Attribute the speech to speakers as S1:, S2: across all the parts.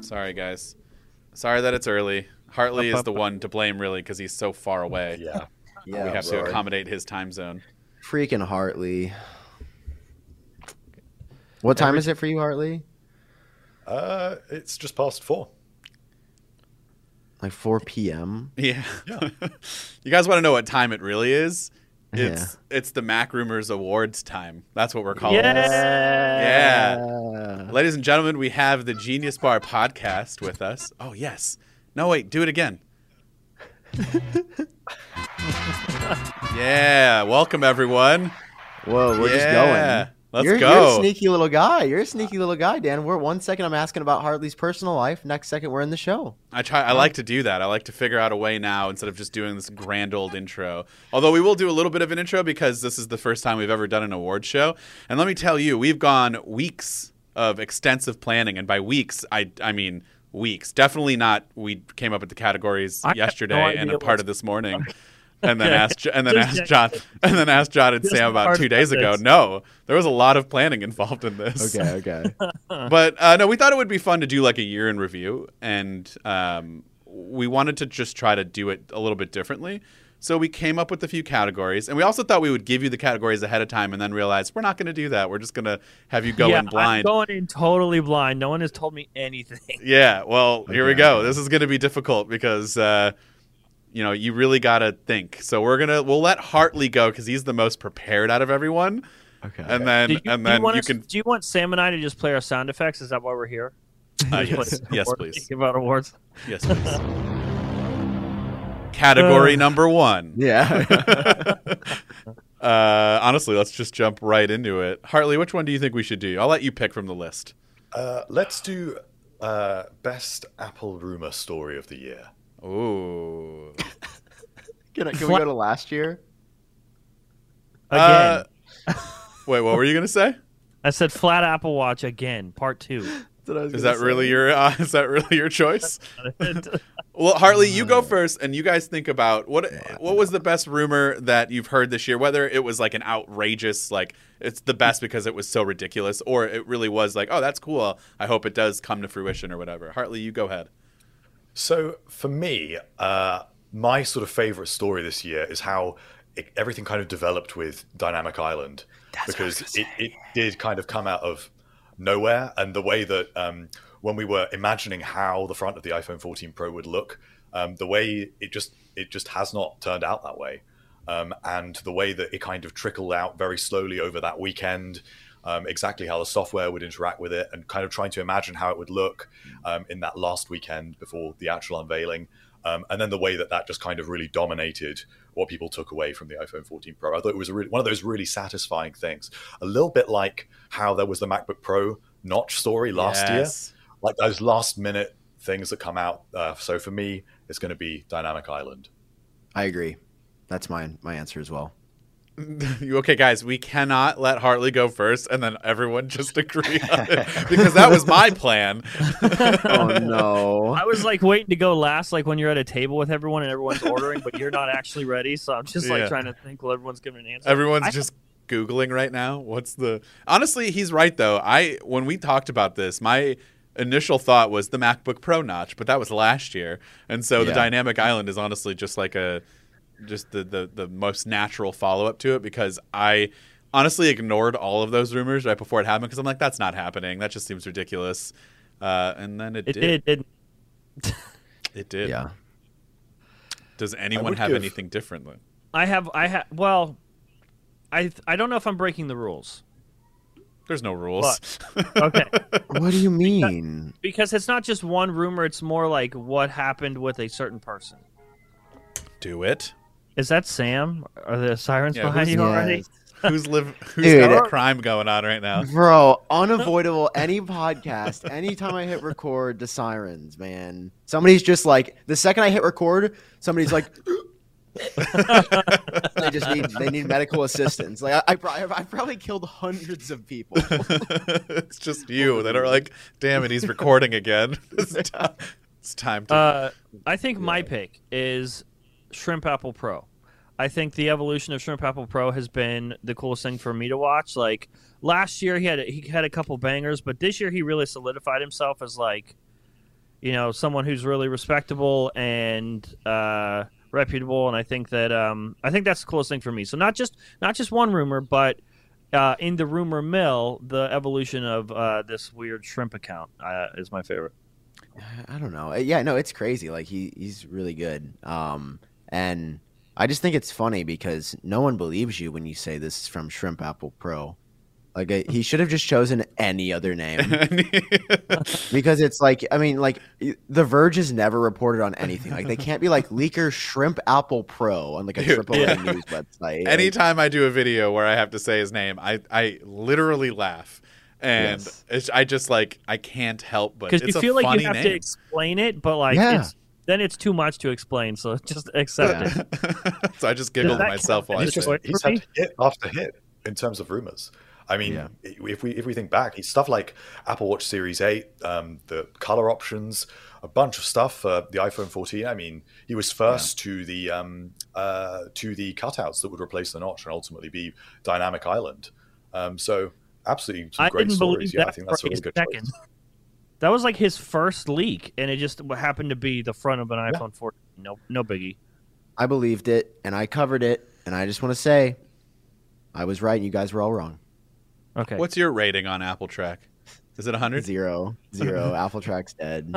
S1: Sorry, guys. Sorry that it's early. Hartley
S2: Up,
S1: is
S2: up,
S1: the
S2: up.
S1: one to blame, really, because he's so far away.
S3: Yeah.
S4: Yeah,
S1: we Uh, have to
S4: Rory.
S1: accommodate his time zone.
S4: Freaking Hartley. What time is it for you, Hartley?
S3: Uh, it's just past four.
S4: Like 4 p.m.
S1: Yeah.
S3: Yeah.
S1: you guys want to know what time it really is? It's it's the Mac Rumors Awards time. That's what we're calling it. Yeah.
S4: Uh,
S1: Ladies and gentlemen, we have the Genius Bar podcast with us. Oh yes. No wait, do it again. yeah. Welcome everyone.
S4: Whoa, we're
S1: Yeah.
S4: just going.
S1: Let's
S4: you're,
S1: go.
S4: You're a sneaky little guy. You're a sneaky little guy, Dan. We're one second I'm asking about Hartley's personal life. Next second we're in the show.
S1: I try. I like to do that. I like to figure out a way now instead of just doing this grand old intro. Although we will do a little bit of an intro because this is the first time we've ever done an award show. And let me tell you, we've gone weeks of extensive planning, and by weeks, I I mean weeks. Definitely not. We came up with the categories
S2: I have
S1: yesterday
S2: no
S1: and
S2: idea
S1: a part
S2: what's-
S1: of this morning, and then asked Jo- and then
S2: Just-
S1: asked John and then asked John and
S2: Just
S1: Sam
S2: the
S1: about
S2: part
S1: two days
S2: about
S1: ago.
S2: this.
S1: No, there was a lot of planning involved in this
S4: Okay, okay.
S1: but uh, no, we thought it would be fun to do like a year in review, and um, we wanted to just try to do it a little bit differently. So we came up with a few categories, and we also thought we would give you the categories ahead of time, and then realized we're not going to do that. We're just going to have you go
S2: yeah,
S1: in blind.
S2: I'm going in totally blind. No one has told me anything.
S1: yeah, well, here we
S4: Okay.
S1: go. This is going to be difficult because uh, you know you really got to think. So we're gonna we'll let Hartley go because he's the most prepared out of everyone,
S4: Okay.
S1: and then
S2: Do you,
S1: and
S2: do
S1: then
S2: you, want
S1: you
S2: us-
S1: can
S2: do you want Sam and I to just play our sound effects? Is that why we're here?
S1: uh,
S2: Just play
S1: yes,
S2: some
S1: yes
S2: awards,
S1: please.
S2: think about awards.
S1: Yes, please.
S2: Uh.
S1: Category number one.
S4: yeah.
S1: Uh, honestly, let's just jump right into it. Hartley, which one do you think we should do? I'll let you pick from the list.
S3: Uh, let's do uh, best Apple rumor story of the year.
S1: Ooh.
S4: can I, can we go to last year?
S2: Again,
S1: Uh, wait, what were you gonna say?
S2: I said flat Apple Watch again, part two.
S4: That's what I was
S1: Is
S4: gonna
S1: that
S4: say.
S1: really your uh, is that really your choice? Well, Hartley, you
S3: Uh,
S1: go first, and you guys think about what what was the best rumor that you've heard this year? Whether it was like an outrageous, like it's the best because it was so ridiculous, or it really was like, oh, that's cool. I hope it does come to fruition or whatever. Hartley, you go ahead.
S3: So for me, uh, my sort of favorite story this year is how it, everything kind of developed with Dynamic Island because it, it did kind of come out of nowhere, and the way that um, when we were imagining how the front of the iPhone 14 Pro would look, um, the way it just it just has not turned out that way, um, and the way that it kind of trickled out very slowly over that weekend. Um, exactly how the software would interact with it, and kind of trying to imagine how it would look, um, in that last weekend before the actual unveiling. Um, and then the way that that just kind of really dominated what people took away from the iPhone 14 Pro. I thought it was a really, one of those really satisfying things. A little bit like how there was the MacBook Pro notch story last year, like those last minute things that come out. Uh, so for me, it's going to be Dynamic Island.
S4: I agree. That's mine. My answer as well.
S1: You okay, guys? We cannot let Hartley go first, and then everyone just agree on it because that was my plan.
S4: Oh no.
S2: I was like waiting to go last, like when you're at a table with everyone and everyone's ordering, but you're not actually ready. So I'm just like
S1: Yeah.
S2: trying to think while everyone's giving an answer.
S1: Everyone's
S2: I-
S1: just googling right now. What's the Honestly, he's right though. I when we talked about this, my initial thought was the MacBook Pro notch, but that was last year. And so the
S4: Yeah.
S1: dynamic island is honestly just like a just the the, the most natural follow-up to it because I honestly ignored all of those rumors right before it happened because I'm like that's not happening. That just seems ridiculous. Uh, and then it,
S2: it did, didn't.
S1: It did.
S4: Yeah.
S1: Does anyone
S3: would
S1: have
S3: give-
S1: anything different? Though?
S2: I have, I have, well, I, I don't know if I'm breaking the rules.
S1: There's no rules.
S2: Okay.
S4: What do you mean?
S2: because it's not just one rumor, it's more like what happened with a certain person.
S1: Do it.
S2: Is that Sam? Are the sirens
S1: Yeah,
S2: behind
S1: who's-
S2: you already?
S1: Who's live? Who's
S4: Dude.
S1: got a crime going on right now?
S4: Bro, unavoidable any podcast, anytime I hit record, the sirens, man. Somebody's just like the second I hit record, somebody's like they just need they need medical assistance. Like I, I, prob- I probably killed hundreds of people.
S1: it's just you that are like, damn it, he's recording again. it's, time, it's time to.
S2: Uh, I think my pick is Shrimp Apple Pro. I think the evolution of Shrimp Apple Pro has been the coolest thing for me to watch. Like last year, he had he had a couple bangers, but this year he really solidified himself as like you know, someone who's really respectable and uh, reputable. And I think that um, I think that's the coolest thing for me. So not just not just one rumor, but uh, in the rumor mill, the evolution of uh, this weird shrimp account uh, is my favorite.
S4: I don't know. Uh, Yeah, no, it's crazy. Like he he's really good. Um, and I just think it's funny because no one believes you when you say this is from Shrimp Apple Pro. Like I, he should have just chosen any other name because it's like I mean like the Verge is never reported on anything. Like they can't be like leaker Shrimp Apple Pro on like a
S1: Dude,
S4: AAA
S1: yeah.
S4: news website. Like,
S1: Anytime I do a video where I have to say his name, I I literally laugh, and
S4: Yes.
S1: it's, I just like I can't help but
S2: Because
S1: it's
S2: you
S1: a
S2: feel like
S1: funny
S2: you have to
S1: name.
S2: explain it, but like
S4: Yeah.
S2: it's, then it's too much to explain. So just accept
S4: Yeah.
S2: it.
S1: so I just giggle
S2: Does that
S1: myself while I
S2: count as
S3: he's
S1: say
S3: just
S1: it.
S2: Detroit
S3: he's
S2: for
S3: had
S2: me?
S3: hit after hit in terms of rumors. I mean,
S4: Yeah.
S3: if we if we think back, it's stuff like Apple Watch Series Eight, um, the color options, a bunch of stuff for the iPhone 14. I mean, he was first to the um, uh, to the cutouts that would replace the notch and ultimately be Dynamic Island. Um, so absolutely, some
S2: I
S3: great
S2: didn't
S3: stories.
S2: believe
S3: Yeah,
S2: that
S3: I think that's a
S2: for
S3: really
S2: a
S3: good.
S2: second.
S3: Choice.
S2: That was like his first leak, and it just happened to be the front of an
S3: Yeah.
S2: iPhone 14. No, no biggie.
S4: I believed it and I covered it, and I just want to say, I was right and you guys were all wrong.
S2: Okay.
S1: What's your rating on Apple Track? Is it hundred?
S4: Zero, zero. Apple Track's dead.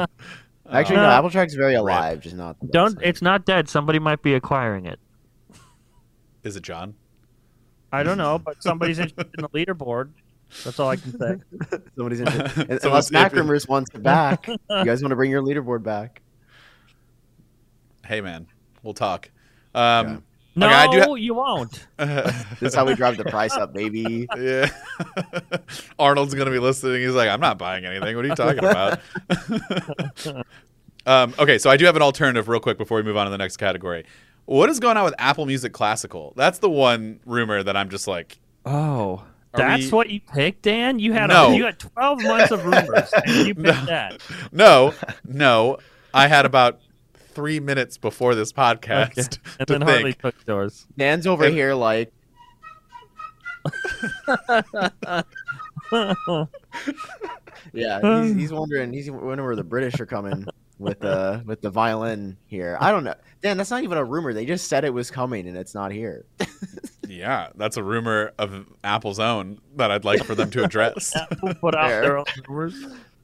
S4: Actually,
S1: Uh,
S4: no.
S2: No.
S4: Apple Track's very alive, just not. the best
S2: Uh, Don't.
S4: thing.
S2: It's not dead. Somebody might be acquiring it.
S1: is it John?
S2: I don't know, but somebody's interested in the leaderboard. That's all I can say.
S4: Somebody's in it.
S1: Someone-
S4: Unless Mac Rumors wants it back. you guys want to bring your leaderboard back?
S1: Hey man, we'll talk. Um,
S4: Yeah.
S2: No,
S1: Okay, I do ha-
S2: you won't.
S1: Um,
S4: This is how we drive the price up, baby.
S1: yeah. Arnold's going to be listening. He's like, I'm not buying anything. What are you talking about? um, okay, so I do have an alternative real quick before we move on to the next category. What is going on with Apple Music Classical? That's the one rumor that I'm just like,
S2: Oh,
S1: Are
S2: that's
S1: we-
S2: what you picked, Dan. You had
S1: No.
S2: a, you had twelve months of rumors, and you picked
S1: No.
S2: that.
S1: no, no. I had about three minutes before this podcast
S2: Okay.
S1: to
S2: And then
S1: think.
S2: Harley took yours.
S4: Dan's over
S1: And-
S4: here like, yeah, he's, he's wondering, he's wondering where the British are coming with the with the violin here. I don't know, Dan. That's not even a rumor. They just said it was coming, and it's not here.
S1: Yeah, that's a rumor of Apple's own that I'd like for them to address.
S2: Apple put out
S4: Fair.
S2: their own rumors.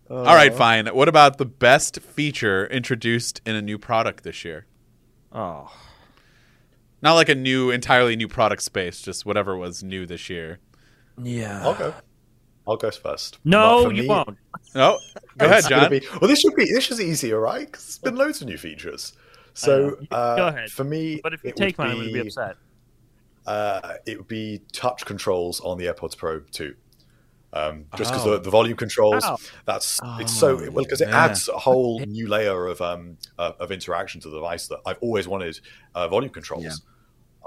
S1: All
S4: Oh,
S1: right, fine. What about the best feature introduced in a new product this year?
S2: Oh,
S1: Not like a new, entirely new product space, just whatever was new this year.
S2: yeah.
S3: I'll go. I'll go first. But
S2: No,
S3: for
S2: you
S3: me,
S2: won't.
S1: Oh, go ahead,
S3: It's gonna
S1: John.
S3: Be, well, this should be this is easier, right? 'Cause there's been loads of new features.
S2: know.
S3: So
S2: You-
S3: uh,
S2: go ahead.
S3: For me,
S2: But if you
S3: it
S2: take
S3: would
S2: mine, I'm going to be upset.
S3: Uh, it would be touch controls on the AirPods Pro too. Um, just because
S1: Oh.
S3: the, the volume controls,
S2: Wow.
S3: that's it's so
S4: Oh,
S3: well because it
S1: yeah.
S3: adds a whole new layer of um uh, of interaction to the device that I've always wanted uh, volume controls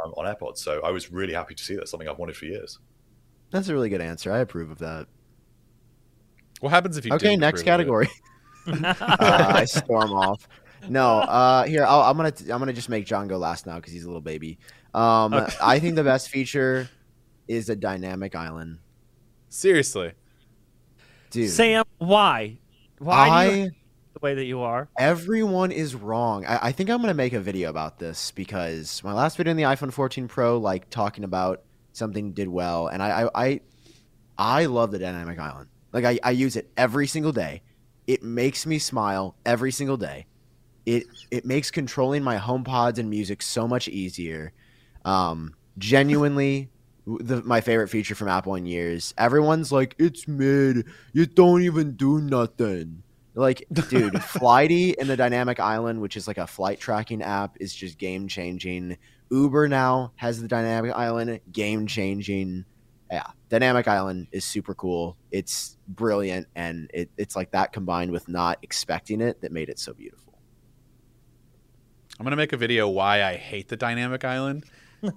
S3: um, on AirPods. So I was really happy to see that something I've wanted for years.
S4: That's a really good answer. I approve of that.
S1: What happens if you?
S4: okay,
S1: didn't
S4: next
S1: approve of it?
S4: category. uh, I storm off. No, uh, here I'll, I'm gonna I'm gonna just make John go last now because he's a little baby. Um,
S2: Okay.
S4: I think the best feature is a dynamic island,
S1: Seriously,
S4: dude.
S2: Sam, why? Why
S4: I
S2: do you act the way that you are?
S4: everyone is wrong. I, I think I'm gonna make a video about this because my last video in the iPhone 14 Pro, like talking about something did well, and I I I, I love the dynamic island. Like I, I use it every single day. It makes me smile every single day. It it makes controlling my home pods and music so much easier. Um, genuinely, w- the, my favorite feature from Apple in years. Everyone's like, it's mid. You don't even do nothing. Like, dude, Flighty and the Dynamic Island, which is like a flight tracking app, is just game changing. Uber now has the Dynamic Island, game changing. Yeah, Dynamic Island is super cool. It's brilliant, and it, it's like that combined with not expecting it that made it so beautiful.
S1: I'm gonna make a video why I hate the dynamic island,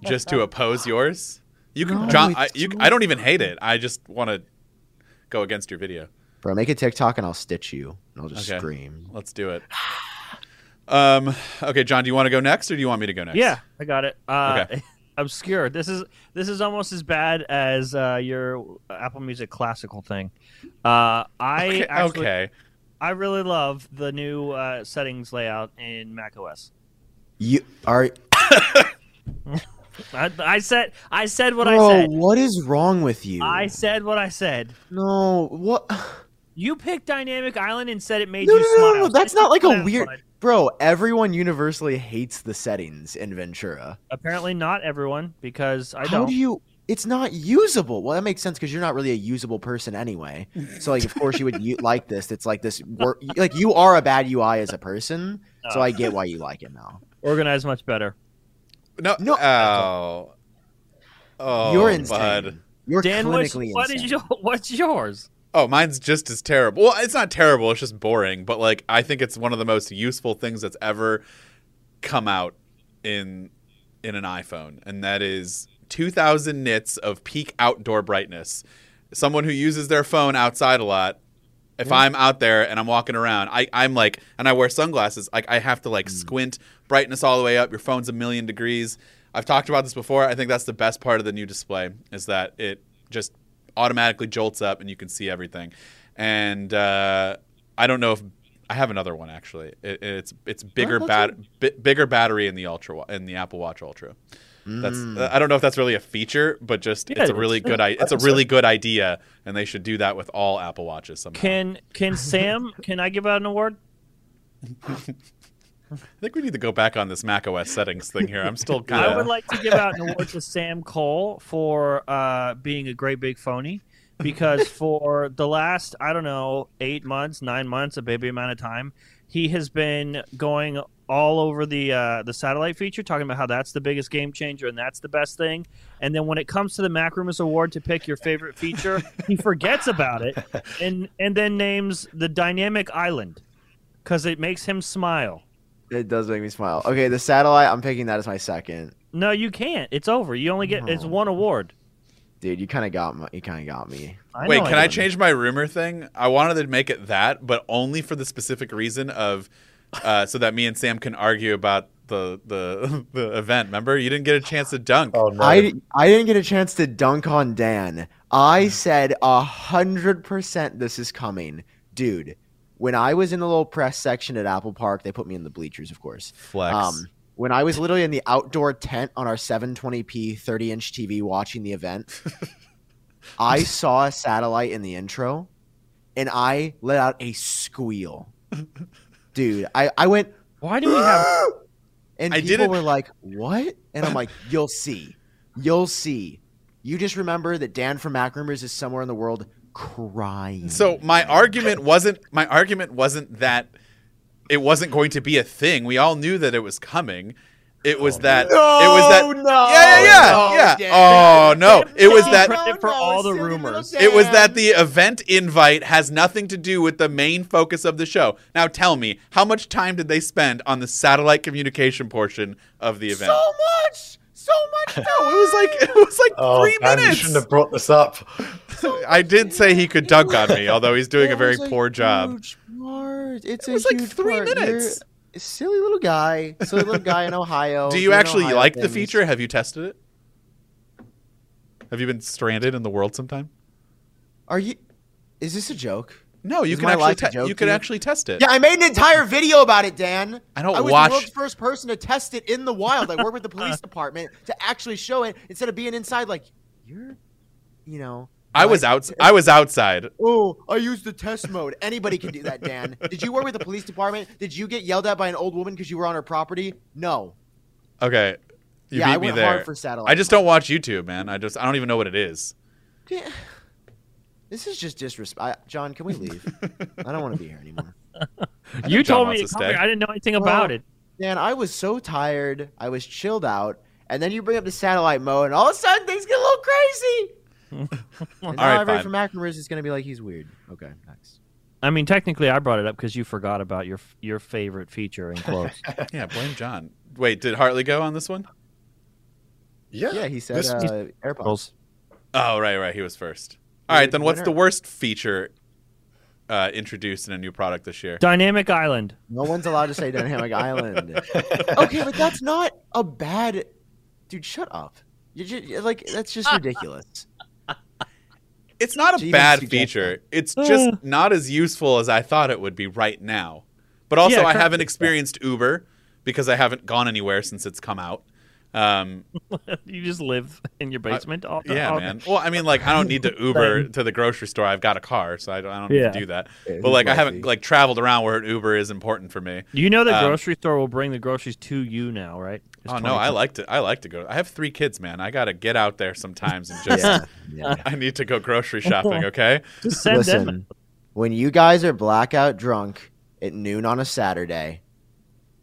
S1: just to oppose yours. You can,
S4: No,
S1: John.
S4: it's
S1: I, you,
S4: too
S1: I don't even hate it. I just want to go against your video.
S4: Bro, make a TikTok and I'll stitch you, and I'll just
S1: Okay.
S4: scream.
S1: Let's do it. Um. Okay, John. Do you want to go next, or do you want me to go next?
S2: Yeah, I got it. Uh,
S1: Okay.
S2: obscure. This is this is almost as bad as uh, your Apple Music classical thing. Uh, I
S1: Okay.
S2: actually
S1: okay.
S2: I really love the new uh, settings layout in macOS.
S4: You are.
S2: I, I said I said what
S4: Bro,
S2: I said.
S4: what is wrong with you?
S2: I said what I said.
S4: no, what?
S2: You picked Dynamic Island and said it made
S4: No,
S2: you
S4: no, no,
S2: smile.
S4: no, that's not like a weird.
S2: But
S4: Bro, everyone universally hates the settings in Ventura.
S2: Apparently, not everyone because I
S4: How
S2: don't.
S4: do you? It's not usable. Well, that makes sense because you're not really a usable person anyway. So, like, of course, you would u- like this. It's like this. Wor- like, you are a bad UI as a person, so
S2: Uh.
S4: I get why you like it now.
S2: Organize much better.
S1: No.
S4: No.
S1: Oh. Oh,
S4: you're insane.
S1: bud.
S4: You're
S2: Dan, what's,
S4: clinically
S2: what
S4: insane.
S2: is your, what's yours?
S1: Oh, mine's just as terrible. Well, it's not terrible. It's just boring. But like, I think it's one of the most useful things that's ever come out in in an iPhone, and that is 2,000 nits of peak outdoor brightness. Someone who uses their phone outside a lot. If I'm out there and I'm walking around, I, I'm like, and I wear sunglasses. Like I have to like squint brightness all the way up. Your phone's a million degrees. I've talked about this before. I think that's the best part of the new display is that it just automatically jolts up and you can see everything. And uh, I don't know if I have another one actually. It, it's it's bigger
S4: that's
S1: bat- bi- bigger battery in the ultra Wa- in the Apple Watch Ultra. That's
S4: Mm.
S1: I don't know if that's really a feature, but just
S2: Yeah,
S1: it's a
S2: it
S1: really
S2: is.
S1: good I- it's a really good idea, and they should do that with all Apple Watches somehow.
S2: Can can Sam? Can I give out an award?
S1: I think we need to go back on this macOS settings thing here. I'm still kind
S2: I
S1: of
S2: would like to give out an award to Sam Cole for uh, being a great big phony because for the last, I don't know, eight months, nine months, a baby amount of time, he has been going all over the uh, the satellite feature, talking about how that's the biggest game changer and that's the best thing. And then when it comes to the Mac Rumors Award to pick your favorite feature, he forgets about it and and then names the dynamic island because it makes him smile.
S4: It does make me smile. Okay, the satellite. I'm picking that as my second.
S2: No, you can't. It's over. You only get it's
S4: No.
S2: one award.
S4: Dude, you kind of got my, you kind of got me.
S1: Wait,
S2: know
S1: can I
S2: did.
S1: change my rumor thing? I wanted to make it that, but only for the specific reason of uh, so that me and Sam can argue about the the the event. Remember, you didn't get a chance to dunk.
S3: Oh no!
S4: I, I didn't get a chance to dunk on Dan. I said a hundred percent this is coming, dude. When I was in the little press section at Apple Park, they put me in the bleachers, of course.
S1: Flex.
S4: Um, when I was literally in the outdoor tent on our 720p 30 inch TV watching the event, I saw a satellite in the intro and I let out a squeal. Dude, I, I went,
S2: Why do we have?
S4: and
S1: I
S4: people
S1: didn't-
S4: were like, what? And I'm like, you'll see. You'll see. You just remember that Dan from Mac Rumors is somewhere in the world crying.
S1: So my argument wasn't my argument wasn't that it wasn't going to be a thing. We all knew that it was coming. It was that it was that
S4: Oh, no,
S1: Yeah, yeah,
S4: no,
S1: yeah.
S4: Dan.
S1: yeah. Oh no. It was
S2: Dan,
S1: that
S2: credit for all the rumors.
S1: It was that the event invite has nothing to do with the main focus of the show. Now tell me, how much time did they spend on the satellite communication portion of the event?
S4: so much, so much. No,
S1: it was like it was like
S3: Oh,
S1: three
S3: man, you
S1: minutes.
S3: shouldn't have brought this up.
S1: I did say he could dunk on me, although he's doing
S4: It
S1: a very
S4: was
S1: poor job.
S4: huge part. It's
S1: It
S4: a
S1: was like
S4: huge
S1: three
S4: part. You're
S1: minutes.
S4: a silly little guy, silly little guy in Ohio.
S1: Do
S4: doing
S1: you actually
S4: Ohio
S1: like the
S4: things.
S1: feature? Have you tested it? Have you been stranded in the world sometime?
S4: Are you? Is this a joke?
S1: No, you
S4: Is
S1: can
S4: my
S1: actually
S4: life a
S1: te-
S4: joke
S1: you
S4: to
S1: can
S4: you?
S1: actually test it.
S4: Yeah, I made an entire video about it, Dan.
S1: I don't
S4: I was
S1: watch-
S4: the world's first person to test it in the wild. I worked with the police department to actually show it instead of being inside. Like you're, you know.
S1: I was
S4: like,
S1: out I was outside.
S4: Oh, I used the test mode. Anybody can do that, Dan. Did you work with the police department? Did you get yelled at by an old woman because you were on her property? No.
S1: Okay. You
S4: yeah,
S1: beat
S4: I
S1: me
S4: went
S1: there.
S4: hard for satellite.
S1: I just don't watch YouTube, man. I just I don't even know what it is.
S4: Yeah. This is just disrespect. John, can we leave? I don't want to be here anymore.
S2: You
S1: John
S2: told me
S1: wants to
S2: to come
S1: stay.
S2: here. I didn't know anything
S4: Well,
S2: about it.
S4: Dan, I was so tired. I was chilled out. And then you bring up the satellite mode, and all of a sudden things get a little crazy. and now
S1: All right, fine.
S4: everybody from Macroverse is going to be like, he's weird. Okay, next.
S2: I mean, technically, I brought it up because you forgot about your your favorite feature in quotes.
S1: Yeah, blame John. Wait, did Hartley go on this one?
S3: Yeah,
S4: Yeah, he said
S3: This-
S4: uh, AirPods.
S1: Oh, right, right. He was first.
S4: Yeah,
S1: All right, then
S4: why
S1: what's
S4: not?
S1: the worst feature uh, introduced in a new product this year?
S2: Dynamic Island.
S4: No one's allowed to say Dynamic Island. Okay, but that's not a bad. Dude, shut up. You just, like that's just ridiculous.
S1: It's not a
S4: Genius
S1: bad
S4: suggestion.
S1: feature. It's
S2: Uh.
S1: just not as useful as I thought it would be right now. But also,
S2: Yeah,
S1: I
S2: correct.
S1: haven't experienced Uber because I haven't gone anywhere since it's come out. Um,
S2: you just live in your basement. all,
S1: yeah,
S2: all-
S1: man. Well, I mean, like, I don't need to Uber to the grocery store. I've got a car, so I don't, I don't
S2: Yeah.
S1: need to do that.
S4: Yeah,
S1: But like, I
S4: lucky.
S1: haven't like traveled around where Uber is important for me.
S2: You know the
S1: Um,
S2: grocery store will bring the groceries to you now, right? It's
S1: oh no, I
S2: 20.
S1: like to. I like to go. I have three kids, man. I gotta get out there sometimes and just.
S4: Yeah, yeah.
S1: I need to go grocery shopping. Okay.
S2: Just send them.
S4: Listen, when you guys are blackout drunk at noon on a Saturday,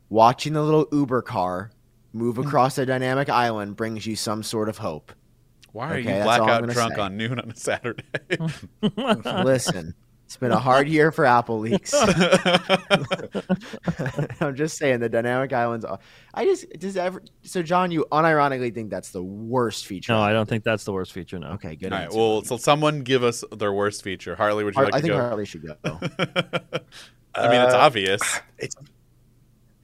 S4: watching the little Uber car
S2: Hmm.
S4: move across a dynamic island brings you some sort of hope.
S1: Why are you
S4: Okay, that's all I'm
S1: blackout
S4: gonna
S1: drunk
S4: say.
S1: on noon on a Saturday?
S4: Listen, it's been a hard year for Apple leaks. I'm just saying the dynamic islands. Are, I just does ever so John, you unironically think that's the worst feature.
S2: No, I don't think that's the worst feature. No.
S4: Okay,
S1: All
S4: good.
S1: right.
S4: answer.
S1: Well, so someone give us their worst feature. Harley, would you
S4: Har-
S1: like
S4: I
S1: to
S4: think
S1: go?
S4: Harley should go.
S1: I mean, it's
S3: Uh,
S1: obvious.
S3: It's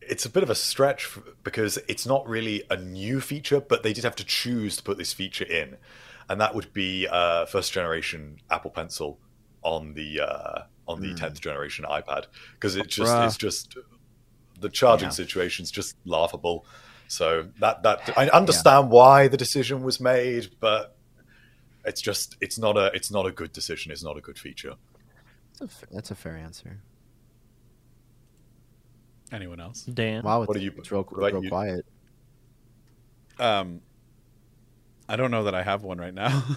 S3: it's a bit of a stretch f- because it's not really a new feature, but they did have to choose to put this feature in, and that would be uh, first generation Apple Pencil on the uh, on the
S4: Mm.
S3: tenth generation iPad because it just
S4: Bruh.
S3: it's just the charging
S4: Yeah.
S3: situation's just laughable. So that that I understand why the decision was made, but it's just it's not a it's not a good decision. It's not a good feature.
S4: That's a, f- that's a fair answer.
S1: Anyone else?
S2: Dan.
S4: Wow, it's,
S3: What do you-
S4: it's real,
S3: what about
S4: real
S3: you?
S4: quiet.
S1: Um, I don't know that I have one right now.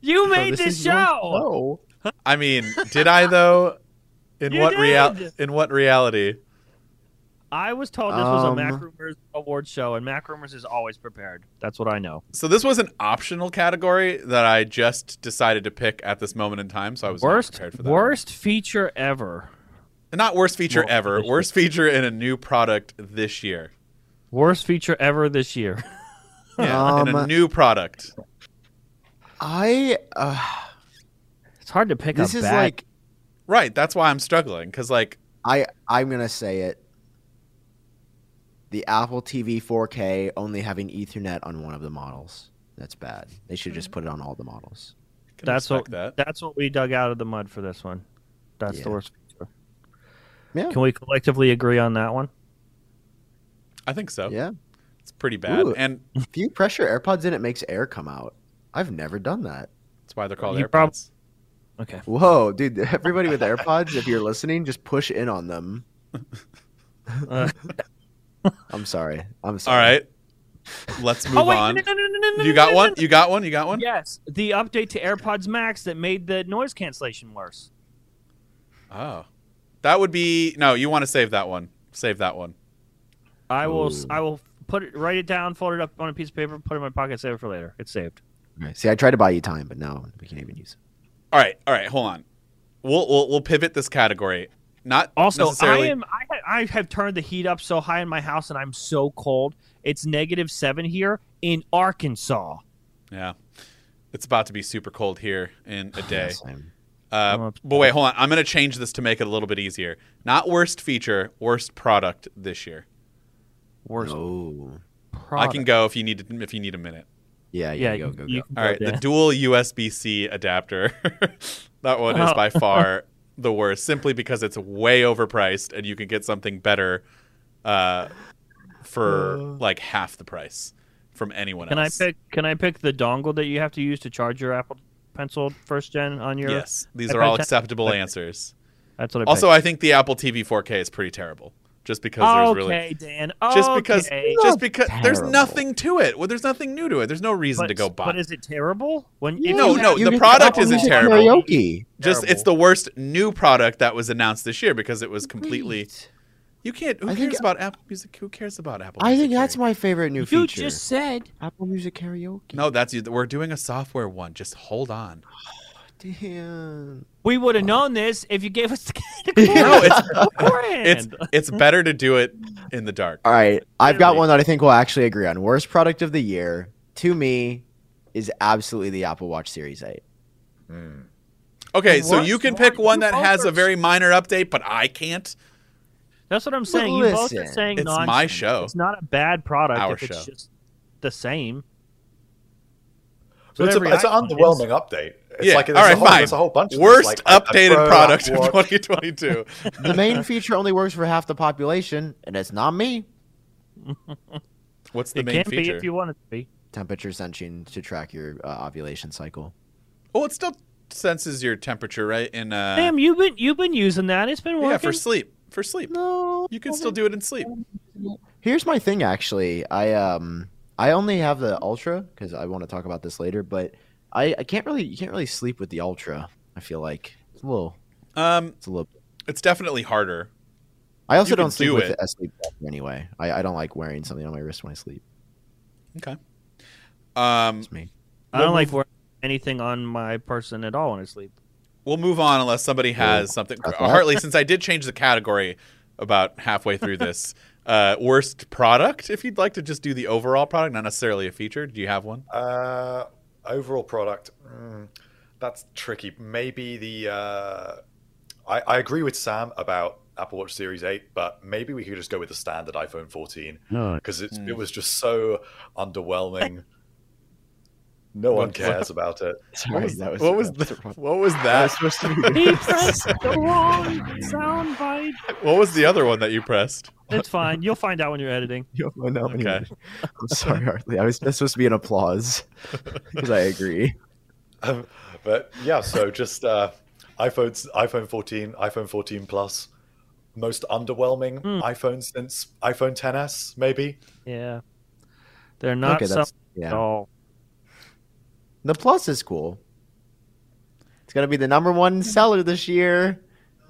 S2: You
S4: So
S2: made this,
S4: is your
S2: show.
S4: show.
S1: I mean, did I though? In
S2: You
S1: what real?
S2: did!
S1: In what reality?
S2: I was told this was a Mac
S4: Um,
S2: Rumors award show, and Mac Rumors is always prepared. That's what I know.
S1: So this was an optional category that I just decided to pick at this moment in time. So I was not
S2: worst
S1: prepared for that.
S2: worst feature ever.
S1: not worst feature
S2: Well,
S1: ever.
S2: this year.
S1: Worst feature in a new product this year.
S2: Worst feature ever this year.
S1: Yeah, in
S2: uh,
S1: a
S4: Um,
S1: new product.
S4: I uh,
S2: It's hard to pick.
S4: this
S2: a
S4: is
S2: bad-
S4: like
S1: Right. That's why I'm struggling because like
S4: I I'm gonna say it. The Apple TV 4K only having Ethernet on one of the models. That's bad. They should just
S1: Mm-hmm.
S4: put it on all the models.
S1: can
S2: That's
S1: respect
S2: what-
S1: that.
S2: that's what we dug out of the mud for this one. That's the
S4: Yeah.
S2: worst feature.
S4: Yeah.
S2: Can we collectively agree on that one?
S1: I think so.
S4: Yeah.
S1: It's pretty bad,
S4: Ooh.
S1: and
S4: If you pressure AirPods in, it makes air come out. I've never done that.
S1: that's why they're called
S2: You
S1: AirPods.
S2: prob- Okay.
S4: Whoa, dude! Everybody with AirPods, if you're listening, just push in on them.
S2: Uh,
S4: I'm sorry. I'm sorry.
S1: All right. Let's move
S2: oh wait,
S1: on.
S2: no, no, no, no, no, no,
S1: You
S2: no,
S1: got
S2: no,
S1: one?
S2: no.
S1: You got one? You got one?
S2: Yes, the update to AirPods Max that made the noise cancellation worse.
S1: Oh. That would be no, you want to save that one. Save that one.
S2: I will. s-
S4: Ooh.
S2: I will put it. Write it down. Fold it up on a piece of paper. Put it in my pocket. Save it for later. It's saved.
S4: Okay. See, I tried to buy you time, but now we can't even use
S1: All right. All right, hold on. We'll we'll, we'll pivot this category. Not
S2: Also, I
S1: necessarily
S2: am. I, ha- I have turned the heat up so high in my house, and I'm so cold. It's negative seven here in Arkansas.
S1: Yeah. It's about to be super cold here in a
S4: it.
S1: day.
S4: Yes, I'm-
S2: I'm
S1: Uh,
S2: upset.
S1: but wait, hold on. I'm going to change this to make it a little bit easier. Not worst feature, worst product this year.
S2: Worst.
S4: No.
S2: product.
S1: I can go if you need if you need a minute.
S4: Yeah, yeah,
S2: Yeah.
S4: go, go, go.
S2: you can
S1: All right,
S2: go,
S1: the
S2: Dan.
S1: dual USB C adapter. that one is
S2: Oh.
S1: by far the worst, simply because it's way overpriced, and you can get something better uh, for like half the price from anyone
S2: Uh. Can I
S1: else.
S2: pick? Can I pick the dongle that you have to use to charge your Apple Pencil first gen on your?
S1: Yes, these
S2: I
S1: are all
S2: picked-
S1: acceptable
S2: Okay.
S1: answers.
S2: That's what I.
S1: Also, I think the Apple TV 4K is pretty terrible, just because
S2: picked.
S1: there's really
S2: okay, Dan. Okay.
S1: just because just because there's
S4: Terrible.
S1: nothing to it. Well, there's nothing new to it. There's no reason
S2: but,
S1: to go buy.
S2: But is it terrible? When
S1: Yeah,
S2: if
S1: No,
S2: you
S1: no,
S2: have-
S1: the product isn't
S4: Music
S1: terrible.
S4: Karaoke.
S1: just
S2: terrible.
S1: it's the worst new product that was announced this year because it was completely.
S4: Great.
S1: You can't. Who
S4: I
S1: cares
S4: think-
S1: about Apple Music? Who cares about Apple?
S4: I
S1: Music
S4: think that's
S1: Karaoke?
S4: my favorite new
S2: You
S4: feature.
S2: just said
S4: Apple Music Karaoke.
S1: No, that's you. We're doing a software one. Just hold on.
S4: Damn.
S2: we would have known this if you gave us the category.
S1: No, it's
S2: beforehand.
S1: it's it's better to do it in the dark.
S4: All right, I've got
S2: Really?
S4: one that I think we'll actually agree on. Worst product of the year to me is absolutely the Apple Watch Series 8.
S3: Hmm.
S1: Okay, so
S2: What?
S1: you can
S2: Why
S1: pick
S2: are
S1: one
S2: you
S1: that has a
S2: voters?
S1: very minor update, but I can't.
S2: That's what I'm saying. you both are
S4: listen,
S2: saying
S1: It's
S2: nonsense.
S1: my show.
S2: It's not a bad product
S1: Our
S2: if it's
S1: show.
S2: just the same.
S3: So it's, a, it's an underwhelming update. It's
S1: yeah.
S3: like
S1: All
S3: there's a
S1: right.
S3: whole,
S1: fine.
S3: there's a whole bunch. of them.
S1: Worst
S3: Like, a- a
S1: updated
S3: Pro,
S1: product of
S3: Watch.
S1: 2022.
S4: The main feature only works for half the population, and it's not me.
S1: What's the
S2: It
S1: main
S2: can be
S1: feature?
S2: if you want it to be.
S4: Temperature sensing to track your uh, ovulation cycle.
S1: Oh, it still senses your temperature, right? In uh,
S2: Damn, you've been you've been using that. It's been working.
S1: yeah, for sleep. For sleep,
S4: No,
S1: you can still do it in sleep.
S4: Here's my thing, actually. I um I only have the ultra because I want to talk about this later, but I, I can't really you can't really sleep with the ultra. I feel like it's a little
S1: Um,
S4: it's a little.
S1: it's definitely harder.
S4: I also
S1: You can
S4: don't sleep
S1: do
S4: with
S1: it.
S4: it. a sleep tracker anyway. I, I don't like wearing something on my wrist when I sleep.
S1: Okay. Um,
S4: It's me.
S2: I don't like wearing anything on my person at all when I sleep.
S1: we'll move on unless somebody has something.
S4: that's what-
S1: Hartley, since I did change the category about halfway through this, uh, worst product. If you'd like to just do the overall product, not necessarily a feature. Do you have one?
S3: Uh, overall product, mm, that's tricky. Maybe the uh, I, I agree with Sam about Apple Watch Series Eight, but maybe we could just go with the standard iPhone 14
S5: No,
S3: because it's
S1: Mm.
S3: it was just so underwhelming. No one
S1: What-
S3: cares about it.
S4: Sorry, that was
S1: what was
S4: that
S1: the,
S4: the wrong-
S1: what was
S4: that
S1: that?
S4: was supposed to
S2: He
S4: be.
S2: pressed the wrong sound bite.
S1: What was the other one that you pressed?
S2: It's fine. You'll find out when you're editing.
S4: You'll find out when you
S1: Okay.
S4: read it. I'm sorry, Hartley. I was that's supposed to be an applause because I agree.
S3: Um, but yeah, so just uh, iPhones, iPhone 14, iPhone 14 Plus, most underwhelming
S2: Hmm.
S3: iPhone since iPhone 10s, maybe.
S2: Yeah, they're not
S4: okay,
S2: something
S4: that's yeah.
S2: at all.
S4: The plus is cool. It's gonna be the number one seller this year.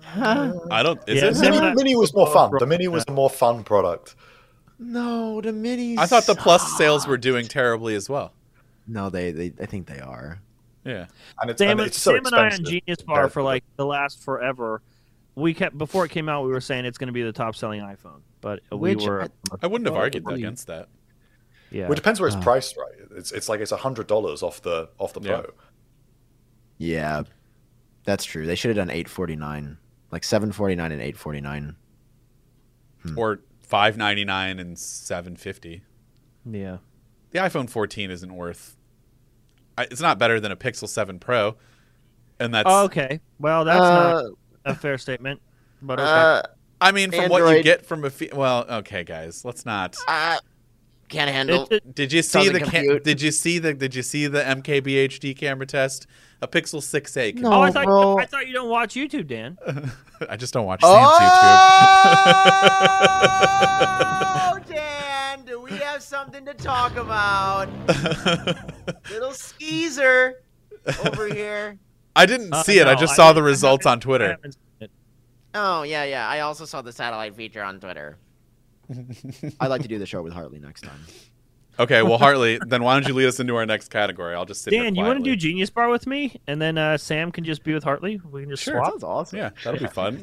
S4: Huh?
S1: I don't. Is
S2: Yeah,
S1: it?
S2: same-
S3: The
S2: that-
S3: Mini was more fun. The Mini was a more fun product.
S4: No, the minis.
S1: I thought the plus sales were doing terribly as well.
S4: Ah. No, they, they. I think they are.
S1: Yeah.
S3: And it's,
S2: Sam,
S3: and
S2: and,
S3: it's so
S2: Sam and I on
S3: expensive
S2: Genius Bar
S3: compared
S2: for
S3: to the-
S2: like the last forever. We kept before it came out. We were saying it's going to be the top selling iPhone, but we
S4: Which
S2: were
S4: I-
S1: I wouldn't have
S4: Well,
S1: argued
S4: really-
S1: against that.
S2: yeah.
S3: Well, it depends where it's
S4: Oh.
S3: priced, right? It's it's like it's hundred dollars off the off the
S1: Yeah.
S3: pro.
S4: Yeah, that's true. They should have done eight forty nine, like seven forty nine and eight forty nine.
S1: Or five ninety nine and seven fifty.
S2: yeah.
S1: The iPhone 14 isn't worth. I- It's not better than a Pixel 7 Pro, and that's.
S2: Oh, okay. Well, that's not a fair statement, but okay.
S1: I mean, from what you
S4: Android.
S1: get from a fe- well, okay, guys, let's not.
S4: uh, can't handle.
S2: It's- it-
S1: Did you see
S4: Doesn't
S1: the ca-
S4: compute.
S1: Did you see the Did you see the MKBHD camera test? A Pixel 6a.
S4: No,
S2: oh, I thought
S4: bro.
S2: I thought you don't watch YouTube, Dan.
S1: I just don't watch Sam's
S4: Oh, Dan, do we have something to talk about?
S1: YouTube.
S4: Little skeezer over here.
S1: I didn't
S2: Uh,
S1: see it. I
S2: no,
S1: just
S2: I
S1: saw
S2: haven't-
S1: the
S2: I
S1: results on
S2: haven't- I
S1: Twitter.
S2: haven't seen it.
S6: Oh, yeah, yeah. I also saw the satellite feature on Twitter.
S4: I'd like to do the show with Hartley next time.
S1: Okay, well, Hartley, then why don't you lead us into our next category? I'll just sit here
S2: Dan, you want to
S1: quietly.
S2: do Genius Bar with me, and then uh, Sam can just be with Hartley. We can just
S1: Sure.
S2: swap
S4: Sounds awesome.
S1: Yeah, that'll be fun.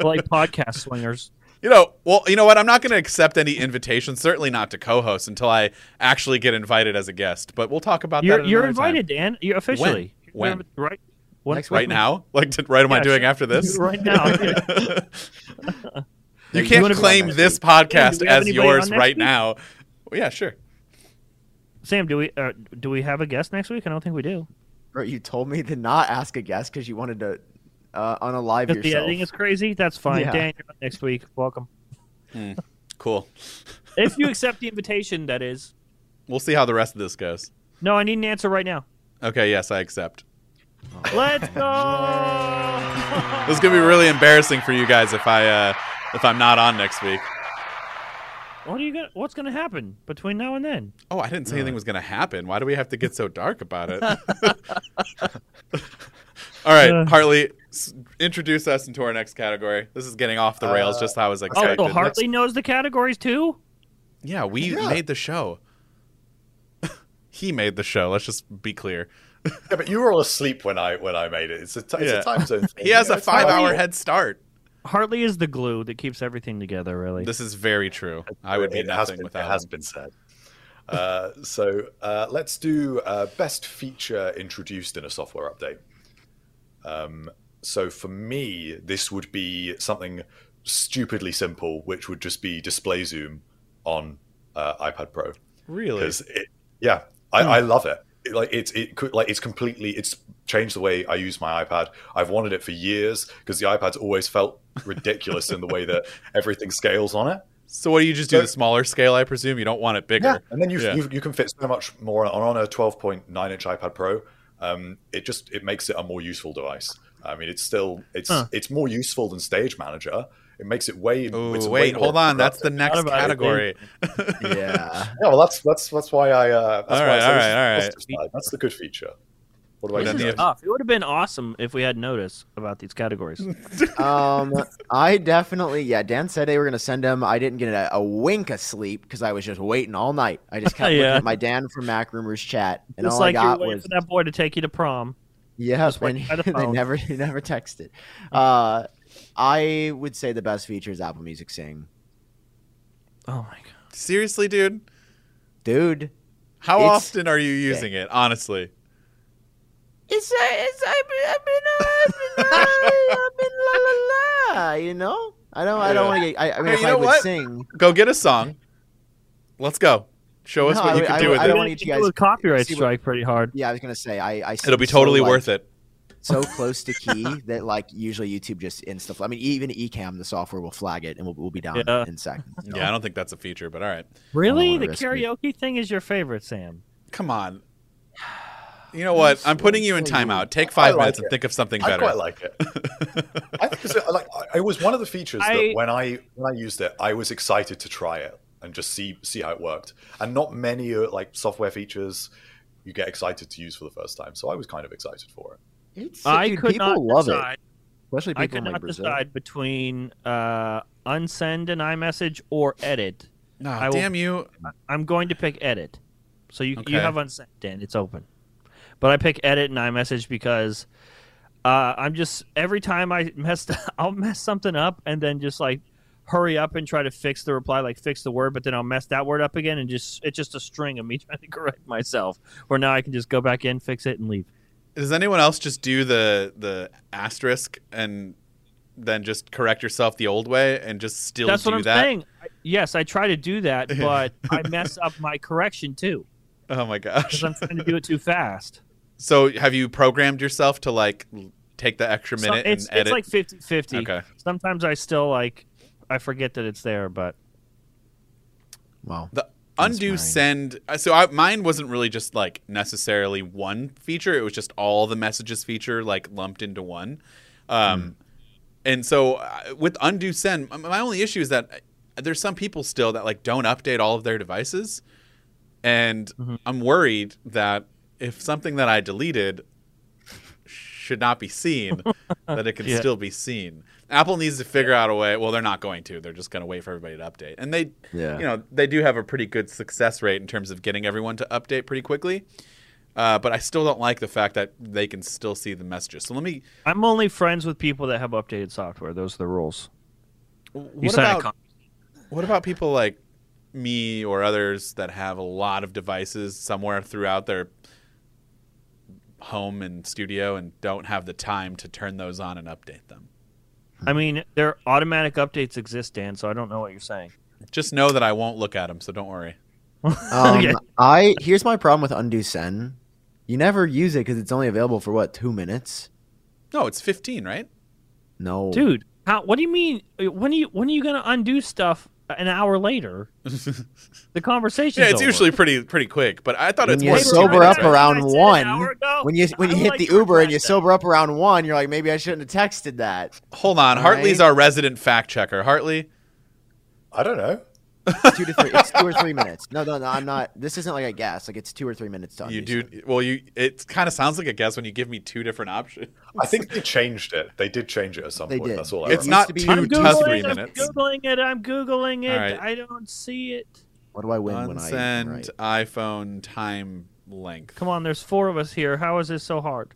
S2: like podcast swingers.
S1: You know, well, you know what? I'm not going to accept any invitation, certainly not to co-host until I actually get invited as a guest. But we'll talk about
S2: You're
S1: that.
S2: you're
S1: another time.
S2: invited, Dan. You're officially
S1: When?
S2: You're right. When-
S4: Next
S1: right
S4: week.
S1: now. Like, to, right? Am I
S2: Yeah,
S1: doing
S2: sure.
S1: after this?
S2: right now. Yeah.
S1: you
S4: you
S1: can't
S4: wanna be on
S1: claim
S4: next
S1: this
S4: week.
S2: Dan,
S1: podcast
S2: do we have
S1: as
S2: anybody
S1: yours
S2: on next
S1: right
S2: week?
S1: now. Well, yeah, sure.
S2: Sam, do we uh, do we have a guest next week? I don't think we do.
S4: Bro, you told me to not ask a guest because you wanted to uh, unalive
S2: If the
S4: yourself.
S2: editing is crazy, that's fine.
S4: Yeah.
S2: Dan, you're on next week. Welcome.
S1: Cool.
S2: If you accept the invitation, that is.
S1: We'll see how the rest of this goes.
S2: No, I need an answer right now.
S1: Okay. Yes, I accept.
S2: Let's go.
S1: This is gonna be really embarrassing for you guys if I uh, if I'm not on next week.
S2: What are you gonna, What's going to happen between now and then?
S1: Oh, I didn't say anything was going to happen. Why do we have to get so dark about it? All right,
S2: Uh.
S1: Hartley, s- introduce us into our next category. This is getting off the rails,
S3: Uh,
S1: just how I was
S2: Oh,
S1: expected.
S2: so Hartley knows the categories too.
S1: yeah, we
S3: Yeah.
S1: made the show. he made the show. Let's just be clear.
S3: Yeah, but you were all asleep when I when I made it. It's a, t- it's
S1: Yeah.
S3: a time zone. Thing.
S1: He has
S3: You know,
S1: a
S3: it's not
S1: five-hour
S3: real.
S1: head start.
S2: Hartley is the glue that keeps everything together. Really.
S1: This is very true. I would be
S3: it has
S1: nothing
S3: been,
S1: without
S3: It has
S1: him.
S3: been said. Uh, so uh, let's do uh, best feature introduced in a software update. Um, so for me, this would be something stupidly simple, which would just be display zoom on uh, iPad Pro
S1: Really? Hmm.
S3: because it, yeah, I, I love it. it- like it's it could like it's completely it's changed the way I use my iPad. I've wanted it for years because the iPad's always felt ridiculous in the way that everything scales on it.
S1: So what do you just do? The
S3: But-
S1: smaller scale, I presume. You don't want it bigger.
S3: and then you
S1: Yeah.
S3: you you can fit so much more on, on a 12.9 inch iPad Pro. Um, it just it makes it a more useful device. I mean, it's still it's
S2: Huh.
S3: it's more useful than Stage Manager. It makes it way.
S1: Ooh,
S3: it's way
S1: wait,
S3: more
S1: hold on. That's
S3: productive.
S1: the next
S2: about it,
S1: category.
S4: yeah.
S3: yeah. Well, that's that's that's why I. Uh, that's
S1: All
S3: why
S1: right,
S3: I say
S1: all
S3: this
S1: right,
S3: is
S1: all
S3: the
S1: right.
S3: positive side. That's the good feature.
S1: But
S3: What about
S1: then
S2: This
S1: the
S2: is
S3: you?
S1: other-
S2: tough. It would have been awesome if we had notice about these categories.
S4: Um, I definitely, yeah. Dan said they were gonna send him. I didn't get a, a wink of sleep because I was just waiting all night. I just kept looking
S2: Yeah.
S4: at my Dan from Mac Rumors chat, and
S2: It's
S4: all
S2: like
S4: I
S2: you're
S4: got
S2: waiting
S4: was
S2: for that boy to take you to prom.
S4: yeah.
S2: just
S4: And
S2: waiting by the
S4: they
S2: phone.
S4: never, he never texted. Uh, I would say the best feature is Apple Music Sing,
S2: Oh my god.
S1: Seriously, dude.
S4: dude.
S1: How
S4: It's-
S1: often are you using it? Honestly.
S4: It's, uh, it's I've been, I've been, uh, I've been, I've been la la la. You know, I don't, I don't want to get. I, I mean,
S1: Hey,
S4: if
S1: you
S4: I
S1: know
S4: would
S1: what?
S4: sing,
S1: Go get a song. Let's go. Show us
S4: No,
S1: what
S4: I-
S1: you can
S4: I-
S1: do with
S4: I
S1: it.
S4: don't want you guys-
S2: With copyright
S4: see what-
S2: strike pretty hard.
S4: yeah, I was gonna say, I, I
S1: It'll be totally worth it.
S4: So close to key that like usually YouTube just insta. I mean, even Ecamm, the software will flag it, and we'll, we'll be down
S2: Yeah.
S4: in seconds. you
S1: Yeah, I
S4: know?
S1: don't think that's a feature, but all right.
S2: Really,
S4: wanna
S2: the
S4: risk it.
S2: karaoke thing is your favorite, Sam?
S1: Come on. You know what? I'm putting you in timeout. Take five
S3: I like
S1: minutes and
S3: it.
S1: think of something
S3: I quite
S1: better.
S3: like it. I think it's, like I- it was one of the features
S2: I-
S3: that when I when I used it, I was excited to try it and just see see how it worked. And not many uh, like software features you get excited to use for the first time, so I was kind of excited for it.
S4: It's sick,
S2: I
S4: dude.
S2: could
S4: people
S2: not
S4: love
S2: decide.
S4: it, especially people
S2: I could
S4: in like
S2: not
S4: Brazil.
S2: decide between uh, unsend an iMessage or edit.
S1: No,
S2: I will-
S1: damn you.
S2: I'm going to pick edit. So you
S1: Okay.
S2: you have unsent, Dan. It's open. But I pick edit and iMessage because uh, I'm just every time I messed I'll mess something up and then just like hurry up and try to fix the reply, like fix the word, but then I'll mess that word up again and just it's just a string of me trying to correct myself. Where now I can just go back in, fix it, and leave.
S1: Does anyone else just do the the asterisk and then just correct yourself the old way and just still
S2: That's
S1: do
S2: what I'm
S1: that?
S2: saying. I- Yes, I try to do that, but I mess up my correction too
S1: Oh my
S2: because
S1: gosh.
S2: I'm trying to do it too fast.
S1: So have you programmed yourself to like l- take the extra
S2: So
S1: minute
S2: it's,
S1: and edit?
S2: it's like 50 50.
S1: okay.
S2: Sometimes I still like I forget that it's there, but
S4: Wow.
S1: The
S4: That's
S1: undo
S4: mine.
S1: send. uh, So I, mine wasn't really just like necessarily one feature. It was just all the messages feature like lumped into one. Um, And so uh, with undo send, m- my only issue is that uh, there's some people still that like don't update all of their devices, and
S2: Mhm.
S1: I'm worried that if something that I deleted should not be seen, that it can
S2: Yeah.
S1: still be seen. Apple needs to figure out a way. Well, they're not going to. They're just going to wait for everybody to update, and they
S4: Yeah.
S1: you know they do have a pretty good success rate in terms of getting everyone to update pretty quickly uh, but i still don't like the fact that they can still see the messages so let me
S2: I'm only friends with people that have updated software. Those are the rules. You
S1: what
S2: sign a
S1: about
S2: con-
S1: what about people like me or others that have a lot of devices somewhere throughout their home and studio and don't have the time to turn those on and update them
S2: I mean, their automatic updates exist, Dan. So I don't know what you're saying.
S1: just know that i won't look at them so don't worry
S4: Um,
S2: Okay.
S4: I here's my problem with undo send. You never use it because it's only available for what two minutes.
S1: no it's 15 right
S4: No,
S2: Dude, how, what do you mean? When are you when are you gonna undo stuff an hour later? the conversation.
S1: yeah it's usually pretty pretty quick but i thought
S4: When
S1: it's
S4: you
S1: more than two
S4: sober
S1: minutes,
S4: up
S1: right?
S4: around one,
S2: When
S4: When you when you hit the Uber and you sober up around one, you're like, maybe I shouldn't have texted that.
S1: Hold on,
S4: All
S1: Hartley's
S4: right.
S1: our resident fact checker. Hartley,
S3: I don't know.
S4: Two to three. It's two or three minutes. No, no, no. I'm not. This isn't like a guess. Like it's two or three minutes to undo.
S1: you do
S4: send.
S1: well. You it kind of sounds like a guess when you give me two different options.
S3: I think they changed it. They did change it at some
S4: They
S3: point.
S4: did.
S3: That's all. I
S4: It
S1: It's
S4: used
S3: remember.
S1: not
S4: to be-
S1: two
S2: I'm
S4: I'm
S1: to
S2: googling,
S1: three
S2: it, I'm
S1: minutes.
S2: googling it. I'm googling it.
S1: All right.
S2: I don't see it.
S4: What do I win when I am
S1: Unsend
S4: right?
S1: iPhone time length.
S2: Come on, there's four of us here. How is this so hard?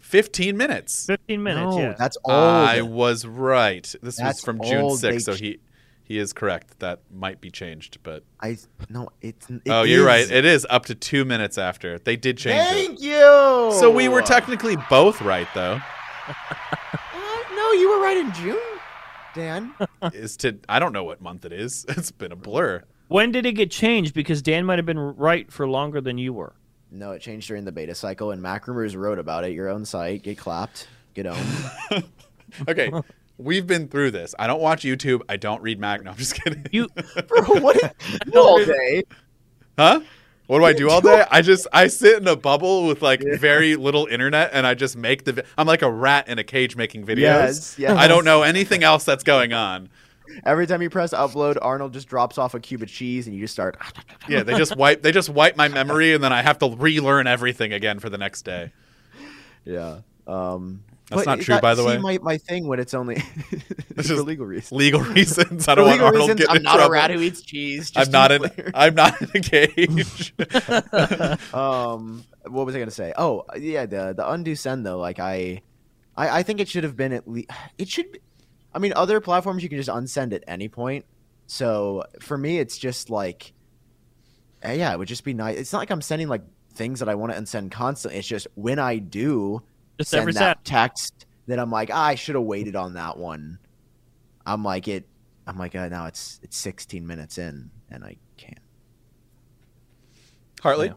S1: fifteen minutes.
S2: 15 minutes.
S4: No,
S2: yeah.
S4: that's all.
S1: I was right. This was
S4: That's
S1: from June
S4: all they
S1: sixth, so
S4: ch-
S1: he he is correct. That might be changed, but
S4: I no. It's. it
S1: oh, you're right.
S4: is.
S1: It is up to two minutes after they did change
S4: Thank you.
S1: it. So we were technically both right, though.
S4: Uh, no, you were right in June, Dan.
S1: is to I don't know what month it is. It's been a blur.
S2: When did it get changed? Because Dan might have been right for longer than you were.
S4: No, it changed during the beta cycle, and Mac Rumors wrote about it. Your own site, get clapped, get owned.
S1: Okay, we've been through this. I don't watch YouTube. I don't read Mac. No, I'm just kidding.
S2: You
S4: Bro, what? you all day.
S1: Huh? What do I do all day? I just I sit in a bubble with like very little internet, and I just make the. Vi- I'm like a rat in a cage making videos.
S4: Yes, yes.
S1: I don't know anything else that's going on.
S4: Every time you press upload, Arnold just drops off a cube of cheese, and you just start.
S1: Yeah, they just wipe. They just wipe my memory, and then I have to relearn everything again for the next day.
S4: Yeah. Um,
S1: That's
S4: but
S1: not
S4: it
S1: true,
S4: got-
S1: by the
S4: see,
S1: way.
S4: My, my thing when it's only
S1: This
S4: for
S1: is-
S4: legal reasons.
S1: Legal reasons. I don't
S4: For
S1: want
S4: legal
S1: Arnold
S4: reasons,
S1: getting
S6: I'm
S1: in
S6: not
S1: trouble.
S6: a rat who eats cheese. Just
S1: I'm not
S6: to
S1: in.
S6: be clear.
S1: I'm not in a cage.
S4: Um, what was I gonna say? Oh, yeah, the the undo send though. Like I, I, I think it should have been at least. It should. Be, I mean, other platforms you can just unsend at any point. So for me, it's just like, eh, yeah, it would just be nice. It's not like I'm sending like things that I want to unsend constantly. It's just when I do
S2: just
S4: send
S2: every Saturday.
S4: that text, then I'm like, ah, I should have waited on that one. I'm like it. I'm like uh, now it's it's 16 minutes in, and I can't.
S1: Hartley.
S4: Yeah.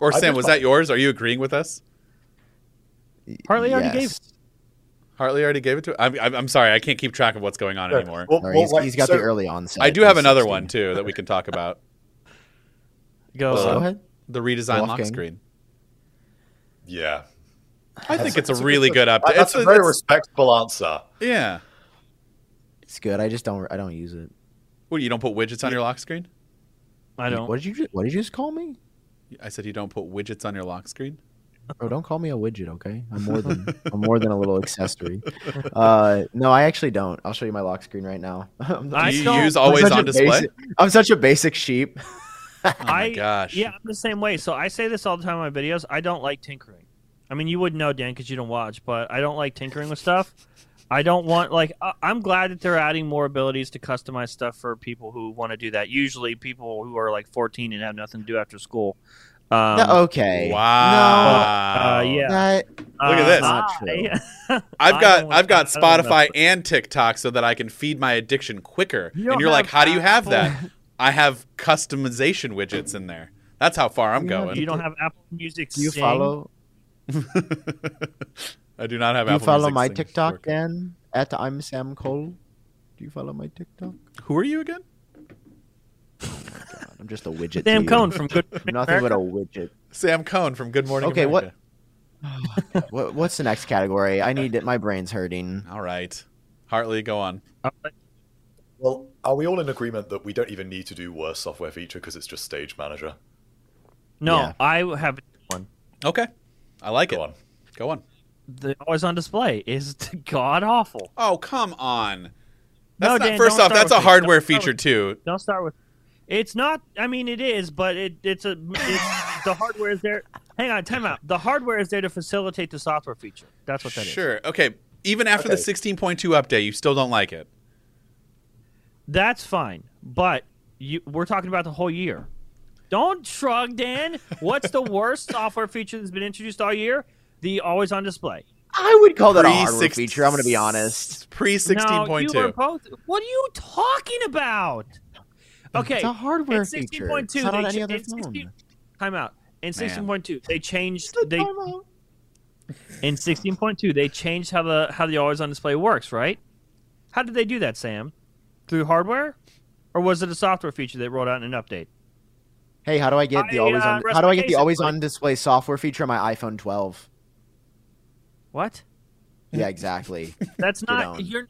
S1: Or
S3: I
S1: Sam,
S3: just
S1: was
S3: thought-
S1: that yours? Are you agreeing with us?
S2: Hartley already gave-
S1: Hartley already gave it to. I'm. I'm, I'm sorry. I can't keep track of what's going on anymore.
S3: Well,
S4: Or
S3: well,
S4: he's,
S3: like,
S4: he's got
S3: so-
S4: the early onset.
S1: I do have
S4: he's
S1: another
S4: 16.
S1: one too that we can talk about.
S2: Go.
S1: Uh,
S4: Go
S2: Sam.
S4: ahead.
S1: The redesign lock
S4: Wolfgang.
S1: screen.
S3: Yeah,
S1: I think it's a
S3: that's a
S1: really good update. It's
S3: that's a very
S1: it's-
S3: respectful answer.
S1: Yeah.
S4: It's good. I just don't. I don't use it.
S1: What you don't put widgets on your lock screen?
S2: I don't.
S4: What did you? ju- What did you just call me?
S1: I said you don't put widgets on your lock screen.
S4: Bro, Oh, don't call me a widget, okay? I'm more than I'm more than a little accessory. Uh, no, I actually don't. I'll show you my lock screen right now. I'm,
S1: Do
S2: I
S1: you
S2: don't-
S1: use
S2: I'm
S1: always
S4: such
S1: on
S4: a
S1: display?
S4: basic- I'm such a basic sheep.
S1: Oh my
S2: I-
S1: gosh.
S2: Yeah, I'm the same way. So I say this all the time in my videos. I don't like tinkering. I mean, you wouldn't know, Dan, because you don't watch, but I don't like tinkering with stuff. I don't want like I- I'm glad that they're adding more abilities to customize stuff for people who want to do that. Usually, people who are like 14 and have nothing to do after school. Um,
S4: No, okay.
S1: Wow.
S2: uh, yeah.
S4: That-
S2: Um,
S1: Look at this.
S2: uh,
S4: Not true.
S2: I-
S1: I've
S2: I
S1: got
S2: don't-
S1: I've got
S2: I don't know.
S1: Spotify and TikTok so that I can feed my addiction quicker.
S2: You
S1: and
S2: don't
S1: you're like,
S2: have
S1: how do you have
S2: Apple-
S1: that? I have customization widgets in there. That's how far I'm
S4: You have-
S1: going.
S2: You don't have Apple Music.
S4: do you
S2: Sing?
S4: follow?
S1: I do not have
S4: Do you
S1: Apple
S4: follow
S1: Music
S4: my
S1: synced to
S4: TikTok,
S1: work.
S4: Dan? At I'm Sam Cole. Do you follow my TikTok?
S1: Who are you again?
S4: God, I'm just a widget. to
S2: Sam
S4: you.
S2: Cohn from Good.
S4: I'm Nothing but a widget.
S1: Sam Cohn from Good Morning
S4: Okay, what-
S1: America.
S4: What, what's the next category? I need it. My brain's hurting.
S1: All right. Hartley, go on.
S2: what?
S3: Well, are we all in agreement that we don't even need to do worse software feature because it's just Stage Manager?
S2: No,
S4: Yeah.
S2: I have one.
S1: Okay. I like
S3: Go
S1: it.
S3: on.
S1: Go on.
S2: The always on display is god awful.
S1: Oh, come on. That's
S2: No,
S1: not,
S2: Dan,
S1: first
S2: don't
S1: off,
S2: start
S1: that's
S2: with
S1: a
S2: me.
S1: hardware
S2: Don't start
S1: feature
S2: with
S1: too.
S2: Don't start with. It's not. I mean, it is, but it it's a. It's, the hardware is there. Hang on, time out. The hardware is there to facilitate the software feature. That's what that is.
S1: Sure. Okay. Even after
S3: Okay.
S1: the 16.2 update, you still don't like it.
S2: That's fine, but you, we're talking about the whole year. Don't shrug, Dan. What's the worst software feature that's been introduced all year? The always on display.
S4: I would call that a
S1: Pre-
S4: hardware
S1: six-
S4: feature. I'm going to be honest.
S1: Pre
S2: No, you
S1: 16.2.
S2: are both. What are you talking about? Okay,
S4: It's a hardware
S2: in
S4: feature.
S2: 16.2,
S4: It's not on
S2: they
S4: any
S2: ch-
S4: other
S2: in
S4: phone.
S2: 16 time out. In
S1: Man.
S2: 16.2, they changed. They in 16.2 they changed how the how the always on display works right how did they do that sam through hardware or was it a software feature they rolled out in an update
S4: Hey, how do I get the
S2: I,
S4: always
S2: uh,
S4: on? How do I get the
S2: recitation,
S4: always
S2: like-
S4: on display software feature on my iPhone 12?
S2: what
S4: Yeah, exactly.
S2: that's not
S4: on.
S2: you're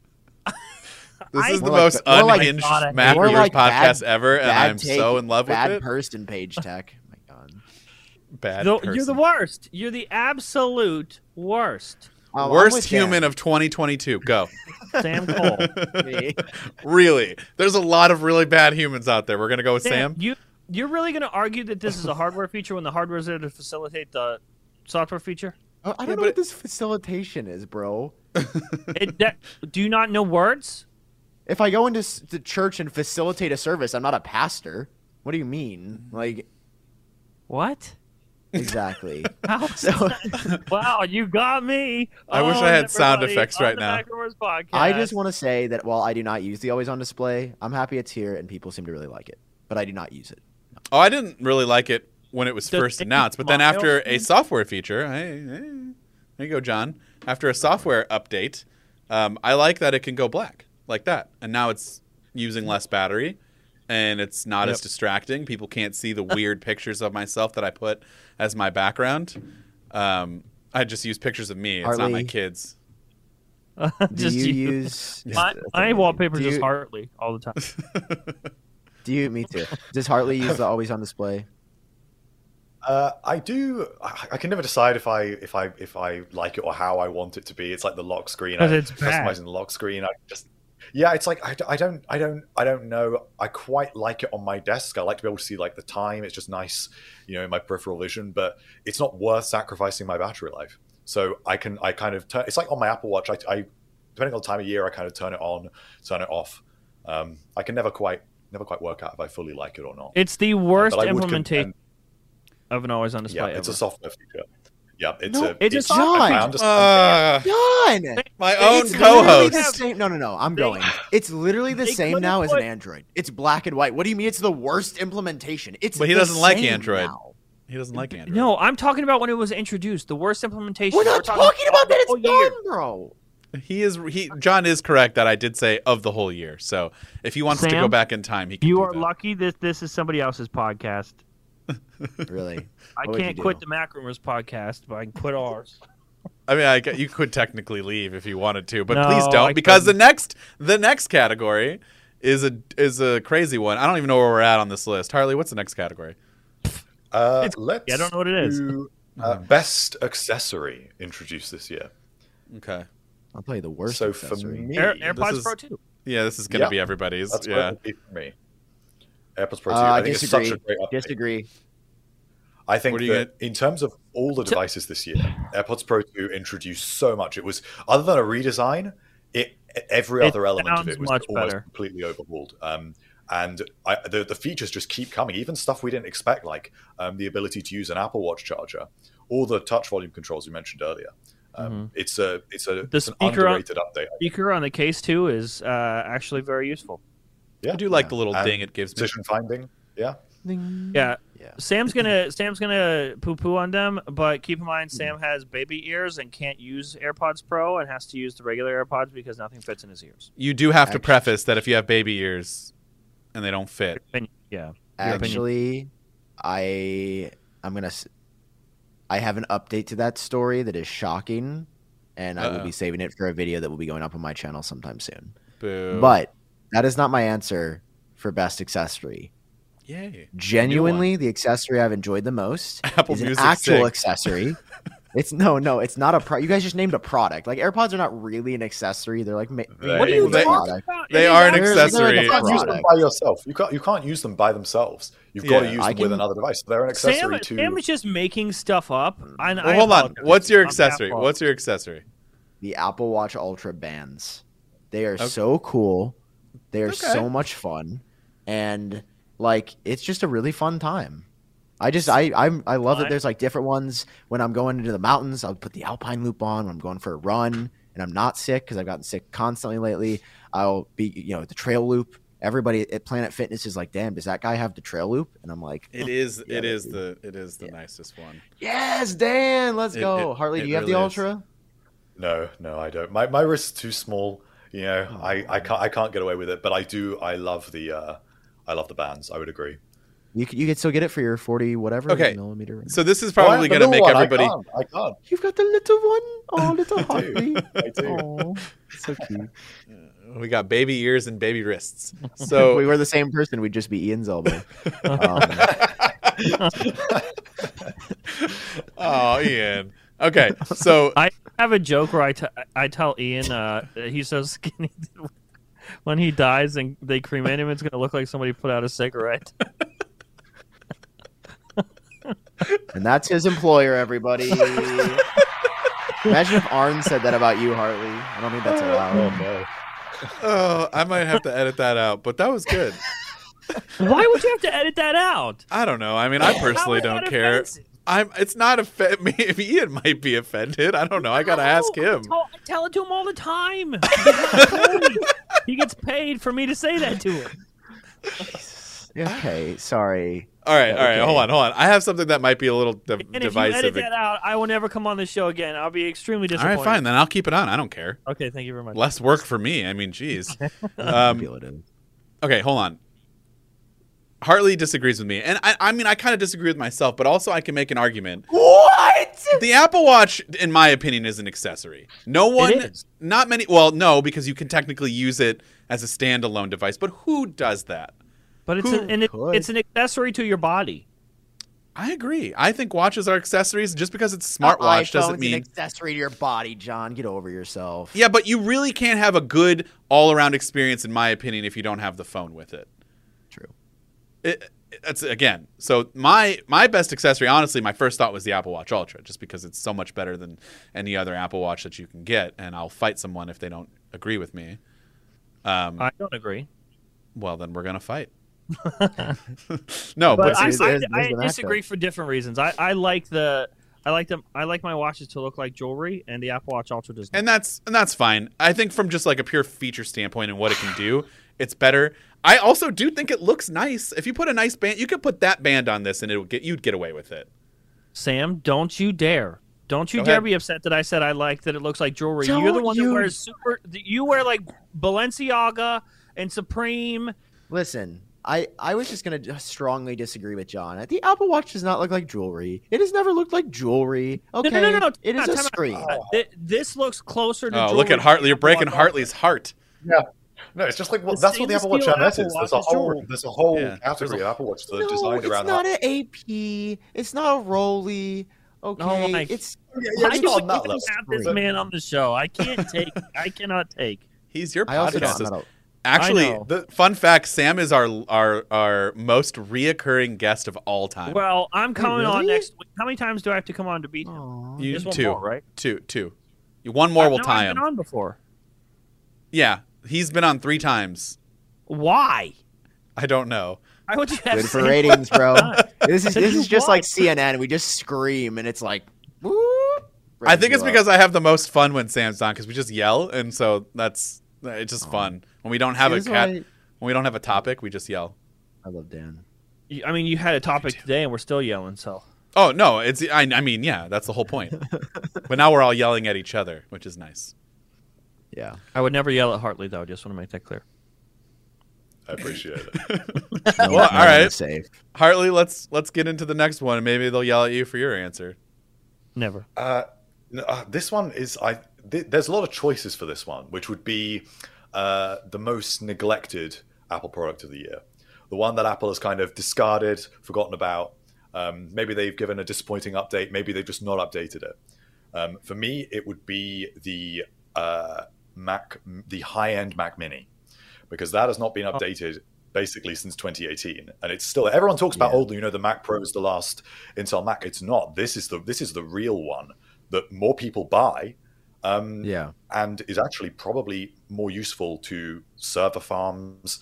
S1: this
S2: I-
S1: is the
S4: We're like
S1: most
S4: the- we're like-
S1: unhinged
S2: God, I-
S1: Mac
S4: we're
S1: Rumors
S4: like bad-
S1: podcast ever, and
S4: bad
S1: I'm
S4: take,
S1: so in love with
S4: bad
S1: it.
S4: person, Page Tech. My God.
S1: bad
S2: the,
S1: person.
S2: you're the worst you're the absolute worst
S4: Um, I'm
S1: worst
S4: with Dan.
S1: human of 2022. Go.
S2: sam cole
S4: Me.
S1: really. There's a lot of really bad humans out there. We're going to go with
S2: Dan,
S1: Sam.
S2: you you're really going to argue that this is a hardware feature when the hardware is there to facilitate the software feature
S4: Oh, I don't
S1: Yeah,
S4: know
S1: but-
S4: what this facilitation is, bro.
S2: it, that, do you not know words
S4: If I go into s- the church and facilitate a service, I'm not a pastor. What do you mean? Like
S2: what
S4: exactly.
S2: How-
S4: so
S2: wow, you got me.
S1: I wish
S2: on,
S1: I had sound
S2: everybody,
S1: effects
S2: on
S1: right
S2: the
S1: now.
S2: Macroverse Podcast.
S4: I just want to say that while I do not use the always on display, I'm happy it's here and people seem to really like it. But I do not use it.
S1: Oh, I didn't really like it when it was
S2: The
S1: first
S2: thing
S1: announced, but then
S2: miles-
S1: after a software feature, hey, hey, there you go, John. After a software update, um, I like that it can go black like that, and now it's using less battery, and it's not as
S2: Yep.
S1: distracting. People can't see the weird pictures of myself that I put as my background. Um, I just use pictures of me. It's not my
S4: Hartley.
S1: kids.
S4: Do
S2: just
S4: you,
S2: you.
S4: use
S2: my,
S4: that's
S2: my
S4: amazing.
S2: wallpaper's
S4: Do
S2: just
S4: you-
S2: Hartley all the time.
S4: Do you? Me too. Does Hartley use the always on display?
S3: Uh, I do. I, I can never decide if I if I if I like it or how I want it to be. It's like the lock screen.
S2: Because
S3: I-
S2: it's bad.
S3: customizing the lock screen. I just yeah, it's like I, d- I don't I don't I don't know. I quite like it on my desk. I like to be able to see like the time. It's just nice, you know, in my peripheral vision. But it's not worth sacrificing my battery life. So I can I kind of turn. It's like on my Apple Watch. I, I depending on the time of year, I kind of turn it on, turn it off. Um, I can never quite never quite work out if I fully like it or not.
S2: It's the worst
S3: But I would
S2: implementation
S3: contend-
S2: of an always on display
S3: yeah, it's a
S2: ever.
S3: software feature. Yeah, it's
S4: No,
S3: a.
S2: it's a Uh,
S3: I-
S4: software-
S3: I understand-
S1: Ah,
S4: Done.
S1: my own
S4: it's literally
S1: co-host.
S4: the same. No, no, no. I'm
S2: They-
S4: going. It's literally the
S2: they
S4: same
S2: could've
S4: now as an
S2: put-
S4: Android. It's black and white. What do you mean? It's the worst implementation. It's
S1: But he
S4: the
S1: doesn't like
S4: same
S1: Android.
S4: now.
S1: He doesn't like Android.
S2: No, I'm talking about when it was introduced. The worst implementation.
S4: We're not talking, about that. It's
S2: the whole year.
S4: done, bro.
S1: He is he John is correct that I did say of the whole year. So if he wants to go
S2: Sam,
S1: back in time, he can.
S2: You
S1: do
S2: are
S1: that.
S2: lucky that this is somebody else's podcast.
S4: Really?
S2: I
S4: What would you
S2: can't quit
S4: do?
S2: the Mac Rumors podcast, but I can quit ours.
S1: I mean, I, gu- you could technically leave if you wanted to, but
S2: No,
S1: please
S2: I
S1: don't because the
S2: couldn't.
S1: next the next category is a is a crazy one. I don't even know where we're at on this list. Harley, what's the next category?
S3: Uh,
S2: It's-
S3: let's
S2: I don't know what it is.
S3: do, uh, best accessory introduced this year.
S1: Okay.
S4: I'll tell you the worst.
S3: so
S4: accessory.
S3: for me,
S2: Air, AirPods
S1: is-
S2: Pro 2.
S1: Yeah, this is gonna
S3: Yeah.
S1: be everybody's.
S3: that's
S1: yeah.
S3: yeah. for me. AirPods Pro 2.
S4: Uh,
S3: I
S4: I
S3: think it's
S4: disagree.
S3: such a great update.
S4: Disagree.
S3: I think
S1: What do
S3: that
S1: you
S3: in terms of all the devices this year, AirPods Pro 2 introduced so much. It was other than a redesign, it every
S2: It
S3: other element of
S2: sounds
S3: it was
S2: much
S3: almost
S2: better.
S3: completely overhauled. Um, and I, the the features just keep coming, even stuff we didn't expect, like um, the ability to use an Apple Watch charger, all the touch volume controls you mentioned earlier. Um, It's a it's a
S2: Mm-hmm. The
S3: it's an
S2: speaker on-
S3: underrated update.
S2: Speaker on the case, too, is uh, actually very useful.
S3: Yeah.
S1: I do like the little
S3: And
S1: ding it gives me.
S3: Position finding, yeah.
S2: Yeah.
S4: Yeah.
S2: Sam's gonna Sam's gonna poo poo on them, but keep in mind Sam has baby ears and can't use AirPods Pro and has to use the regular AirPods because nothing fits in his ears.
S1: You do have to
S4: Actually-
S1: preface that if you have baby ears and they don't fit,
S2: And- yeah. opinion.
S4: Actually, I I'm gonna. s- I have an update to that story that is shocking, and I will
S1: Uh-oh.
S4: be saving it for a video that will be going up on my channel sometime soon.
S1: boo.
S4: But that is not my answer for best accessory.
S1: yay,
S4: Genuinely, the accessory I've enjoyed the most
S1: Apple
S4: is an
S1: Music.
S4: actual
S1: Sync.
S4: accessory. It's no, no, it's not a pro. You guys just named a product. Like AirPods are not really an accessory. They're like ma-
S3: They-
S2: What are you
S1: They-
S2: talking about?
S1: they
S2: It is
S1: are an
S2: actually-
S4: There's- there's
S1: accessory.
S4: like a
S3: You can't use them
S4: product.
S3: by yourself. You can't you can't use them by themselves. You've got to
S1: Yeah.
S3: use
S4: I
S3: them with
S4: can-
S3: another device. They're an accessory
S2: Sam,
S3: to
S2: Sam is just making stuff up. and
S1: Well,
S2: I
S1: hold on.
S2: apologize.
S1: What's your
S2: I'm half
S1: accessory?
S2: wrong.
S1: What's your accessory?
S4: the Apple Watch Ultra bands. They are
S1: Okay.
S4: so cool. They are
S1: Okay.
S4: so much fun, and like it's just a really fun time. I just I I'm, I love that
S2: I-
S4: there's like different ones. When I'm going into the mountains, I'll put the Alpine Loop on. When I'm going for a run and I'm not sick because I've gotten sick constantly lately, I'll be you know at the Trail Loop. Everybody at Planet Fitness is like, "Damn, does that guy have the Trail Loop?" And I'm like,
S1: It is.
S4: Yeah,
S1: it
S4: they
S1: is
S4: do.
S1: the. It is the
S4: Yeah.
S1: nicest one.
S4: "Yes, Dan, let's
S1: It-
S4: go."
S1: it-
S4: Harley,
S1: it
S4: do you have
S1: really
S4: the
S1: is.
S4: Ultra?
S3: No, no, I don't. My my wrist's too small. You know, I, I can't I can't get away with it. But I do. I love the uh, I love the bands. I would agree.
S4: You c- you could still get it for your forty whatever
S1: Okay.
S4: millimeter.
S1: So this is probably going to make everybody.
S3: I can't. I can't.
S4: You've got the little one. Oh, little
S3: do.
S4: Hartley.
S3: I do.
S4: Oh, so cute.
S1: We got baby ears and baby wrists.
S4: if we
S1: So
S4: were the same person, we'd just be Ian's elbow. Um,
S1: oh, Ian. Okay, so
S2: I have a joke where I, t- I tell Ian uh, that he's so skinny that when he dies and they cremate him, it's going to look like somebody put out a cigarette.
S4: and that's his employer, everybody. Imagine if Arn said that about you, Hartley. I don't think that's
S3: Oh
S4: allowed.
S3: no.
S1: oh, I might have to edit that out, but that was good.
S2: Why would you have to edit that out?
S1: I don't know. I mean, I personally
S2: How is that
S1: don't care.
S2: offensive?
S1: I'm. It's not offend. Maybe Ian might be offended. I don't know. I gotta
S2: No,
S1: ask him.
S2: I tell, I tell it to him all the time. He gets paid. he gets paid for me to say that to him.
S4: Okay, sorry.
S1: All right, all right. Hold on, hold on. I have something that might be a little de-
S2: And if you edit
S1: divisive.
S2: that out, I will never come on this show again. I'll be extremely
S1: All
S2: disappointed.
S1: right, fine. Then I'll keep it on. I don't care.
S2: Okay, thank you very much.
S1: Less work for me. I mean, jeez. Um,
S4: Feel it in.
S1: okay, hold on. Hartley disagrees with me, and I, I mean, I kind of disagree with myself, but also I can make an argument.
S3: What?
S1: The Apple Watch, in my opinion, is an accessory. No one,
S2: is.
S1: not many. Well, no, because you can technically use it as a standalone device. But who does that?
S2: But it's
S1: Who
S2: an, and it,
S4: could?
S2: it's an accessory to your body.
S1: I agree. I think watches are accessories. Just because it's a
S4: iPhone's
S1: smartwatch doesn't
S4: an
S1: mean.
S4: accessory to your body, John. Get over yourself.
S1: yeah, but you really can't have a good all-around experience, in my opinion, if you don't have the phone with it.
S4: True.
S1: it that's again. So my my best accessory, honestly, my first thought was the Apple Watch Ultra, just because it's so much better than any other Apple Watch that you can get. And I'll fight someone if they don't agree with me. Um,
S2: I don't agree.
S1: well, then we're gonna fight. no,
S2: But
S1: but,
S2: I,
S4: seriously,
S2: I-
S4: there's-
S2: I
S4: there's the
S2: disagree
S4: matchup.
S2: for different reasons. I, I like the I like them I like my watches to look like jewelry, and the Apple Watch Ultra does. not.
S1: and that's and that's fine. I think from just like a pure feature standpoint and what it can do, it's better. I also do think it looks nice. If you put a nice band, you could put that band on this, and it would get you'd get away with it.
S2: Sam, don't you dare. Don't you
S1: Go
S2: dare
S1: ahead.
S2: be upset that I said I like that it looks like jewelry. You're the
S4: Don't
S2: one
S4: you-
S2: that wears super. You wear like Balenciaga and Supreme.
S4: Listen, I, I was just going to strongly disagree with John. The Apple Watch does not look like jewelry. It has never looked like jewelry. Okay.
S2: no, no, no,
S4: It
S2: time
S4: is
S2: out,
S4: a
S2: time out.
S4: screen.
S2: Uh, thi- this looks closer to.
S1: Oh, look at Hartley! You're breaking Hartley's heart.
S3: No, it's just like well,
S2: The
S3: that's what the
S2: stainless
S3: Apple Watch
S2: steel
S3: MS
S2: Apple
S3: is. There's a
S2: Watch is
S3: whole
S2: jewelry.
S3: there's a whole
S1: Yeah.
S3: category of Apple Watch that
S4: No,
S3: are designed
S4: it's
S3: around.
S4: not an AP. It's not a Roly. Okay.
S2: Oh my-
S4: it's
S3: yeah,
S2: I
S3: it's
S2: don't
S3: not that
S2: even
S3: level.
S2: have this
S4: Screen.
S2: man on the show. I can't take. I cannot take.
S1: He's your
S4: I also
S1: podcast
S4: don't
S1: is
S4: know.
S1: Actually,
S2: know.
S1: the fun fact: Sam is our our our most reoccurring guest of all time.
S2: Well, I'm coming on
S4: really?
S2: next week. How many times do I have to come on to beat him?
S4: Aw.
S1: you
S2: Just one
S1: two,
S2: more, right?
S1: two, two. You- One more will
S2: No,
S1: tie
S2: I've
S1: him.
S2: been on before.
S1: Yeah, he's been on three times.
S2: Why?
S1: I don't know.
S2: I would just have
S4: Good for
S2: Sam-
S4: ratings, bro. This is
S2: Said
S4: this
S2: you
S4: is just like
S2: won.
S4: CNN. We just scream and it's like, whoop,
S1: I think
S4: raises
S1: it's
S4: you up.
S1: because I have the most fun when Sam's on because we just yell, and so that's it's just fun when we don't have
S4: See,
S1: a
S4: this is
S1: cat
S4: why
S1: when we don't have a topic. We just yell.
S4: I love Dan.
S2: You- I mean, you had a topic today, and we're still yelling. So
S1: Oh no, it's I, I mean yeah, that's the whole point. but now we're all yelling at each other, which is nice.
S4: Yeah.
S2: I would never yell at Hartley, though. Just want to make that clear.
S3: I appreciate it.
S4: No,
S1: all
S4: no,
S1: right.
S4: it's Safe.
S1: Hartley, let's let's get into the next one. and Maybe they'll yell at you for your answer.
S2: Never.
S3: Uh, no, uh, this one is I. Th- there's a lot of choices for this one, which would be uh, the most neglected Apple product of the year, the one that Apple has kind of discarded, forgotten about. Um, maybe they've given a disappointing update. Maybe they've just not updated it. Um, for me, it would be the uh, Mac, the high-end Mac Mini, because that has not been updated basically since 2018, and it's still everyone talks about
S4: Yeah.
S3: old. You know, the Mac Pro is the last Intel Mac. It's not. This is the this is the real one that more people buy, um,
S4: Yeah.
S3: and is actually probably more useful to server farms,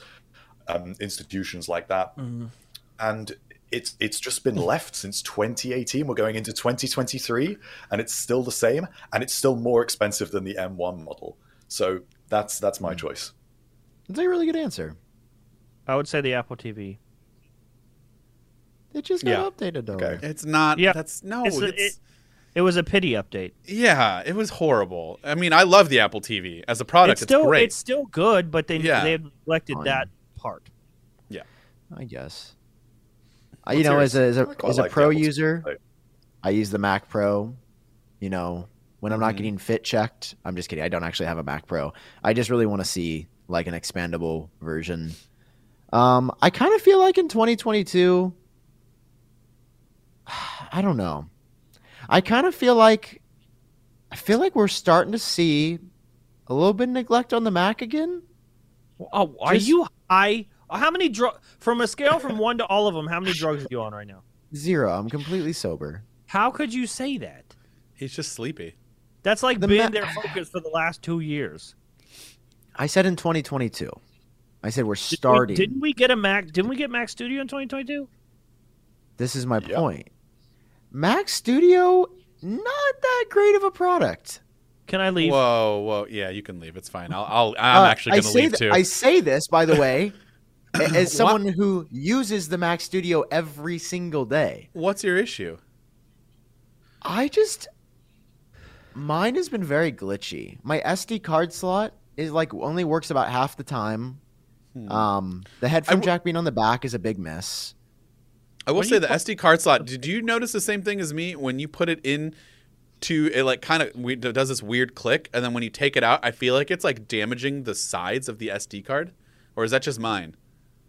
S3: um, institutions like that,
S4: Mm-hmm.
S3: and. It's, it's just been left since 2018. We're going into 2023, and it's still the same, and it's still more expensive than the M1 model. So that's that's my choice.
S4: It's a really good answer.
S2: I would say the Apple TV.
S4: It just got updated though.
S3: Okay.
S1: It's not.
S2: Yeah.
S1: That's no.
S2: It's a-
S1: it's-
S2: it- It was a pity update.
S1: Yeah, it was horrible. I mean, I love the Apple TV as a product. It's,
S2: it's still
S1: great.
S2: it's still good, but they
S1: Yeah.
S2: they have neglected
S4: Fine.
S2: that part.
S4: I guess. I, you know,
S1: What's
S4: as a as a,
S3: I quite
S4: as a
S3: like
S4: pro
S3: Apple's
S4: user,
S3: display.
S4: I use the Mac Pro. You know, when I'm
S3: Mm-hmm.
S4: not
S1: Mhm.
S4: getting fit checked, I'm just kidding. I don't actually have a Mac Pro. I just really want to see like an expandable version. Um, I kind of feel like in 2022, I don't know. I kind of feel like I feel like we're starting to see a little bit of neglect on the Mac again.
S2: Oh, are
S4: Just-
S2: you high? How many drug from a scale from one to all of them? How many drugs are you on right now?
S4: Zero. I'm completely sober.
S2: How could you say that?
S1: He's just sleepy.
S2: That's like
S4: The
S2: been
S4: ma-
S2: their focus for the last two years.
S4: I said in 2022. I said we're
S2: Did we-
S4: starting.
S2: didn't we get a Mac? Didn't we get Mac Studio in 2022?
S4: This is my
S3: Yeah.
S4: point. Mac Studio, not that great of a product.
S2: Can I leave?
S1: Whoa, whoa. Yeah, you can leave. It's fine. I'll. I'll I'm
S4: Uh,
S1: actually
S4: I
S1: going to
S4: say
S1: leave too.
S4: th- I say this, by the way, A- As someone who uses the Mac Studio every single day,
S1: What's your issue?
S4: I just mine has been very glitchy. My SD card slot is like only works about half the time. Um, the headphone
S1: Hmm. w-
S4: jack being on the back is a big mess.
S1: I will
S2: When
S1: say
S2: you
S1: the SD card slot. Did you notice the same thing as me when you put it in? To it like kind of it does this weird click, and then when you take it out, I feel like it's like damaging the sides of the SD card, or is that just mine?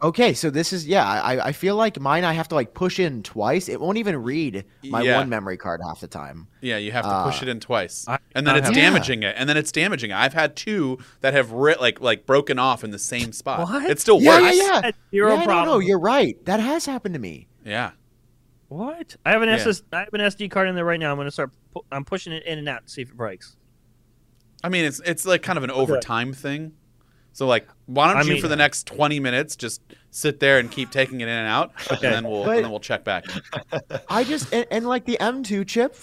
S4: Okay, so this is yeah. I, I feel like mine. I have to like push in twice. It won't even read my
S1: Yeah.
S4: one memory card half the time.
S1: Yeah, you have to push
S4: Ah.
S1: it in twice,
S2: I-
S1: and then
S2: I
S1: it's
S4: have-
S1: damaging it, and then it's damaging it. I've had two that have ri- like like broken off in the same spot.
S2: What?
S1: It still
S4: Yeah,
S1: works.
S4: yeah, yeah.
S2: Had
S4: yeah,
S2: zero
S4: I don't know.
S2: problem.
S4: You're right. That has happened to me.
S1: Yeah.
S2: What? I have an
S1: Yeah.
S2: SS. I have an SD card in there right now. I'm gonna start. Pu- I'm pushing it in and out to see if it breaks.
S1: I mean, it's it's like kind of an overtime thing. So like, why don't
S2: I
S1: you
S2: mean-
S1: for the next twenty minutes just sit there and keep taking it in and out,
S2: Okay.
S1: and then we'll
S4: But-
S1: and then we'll check back.
S4: I just and, and like the M2 chip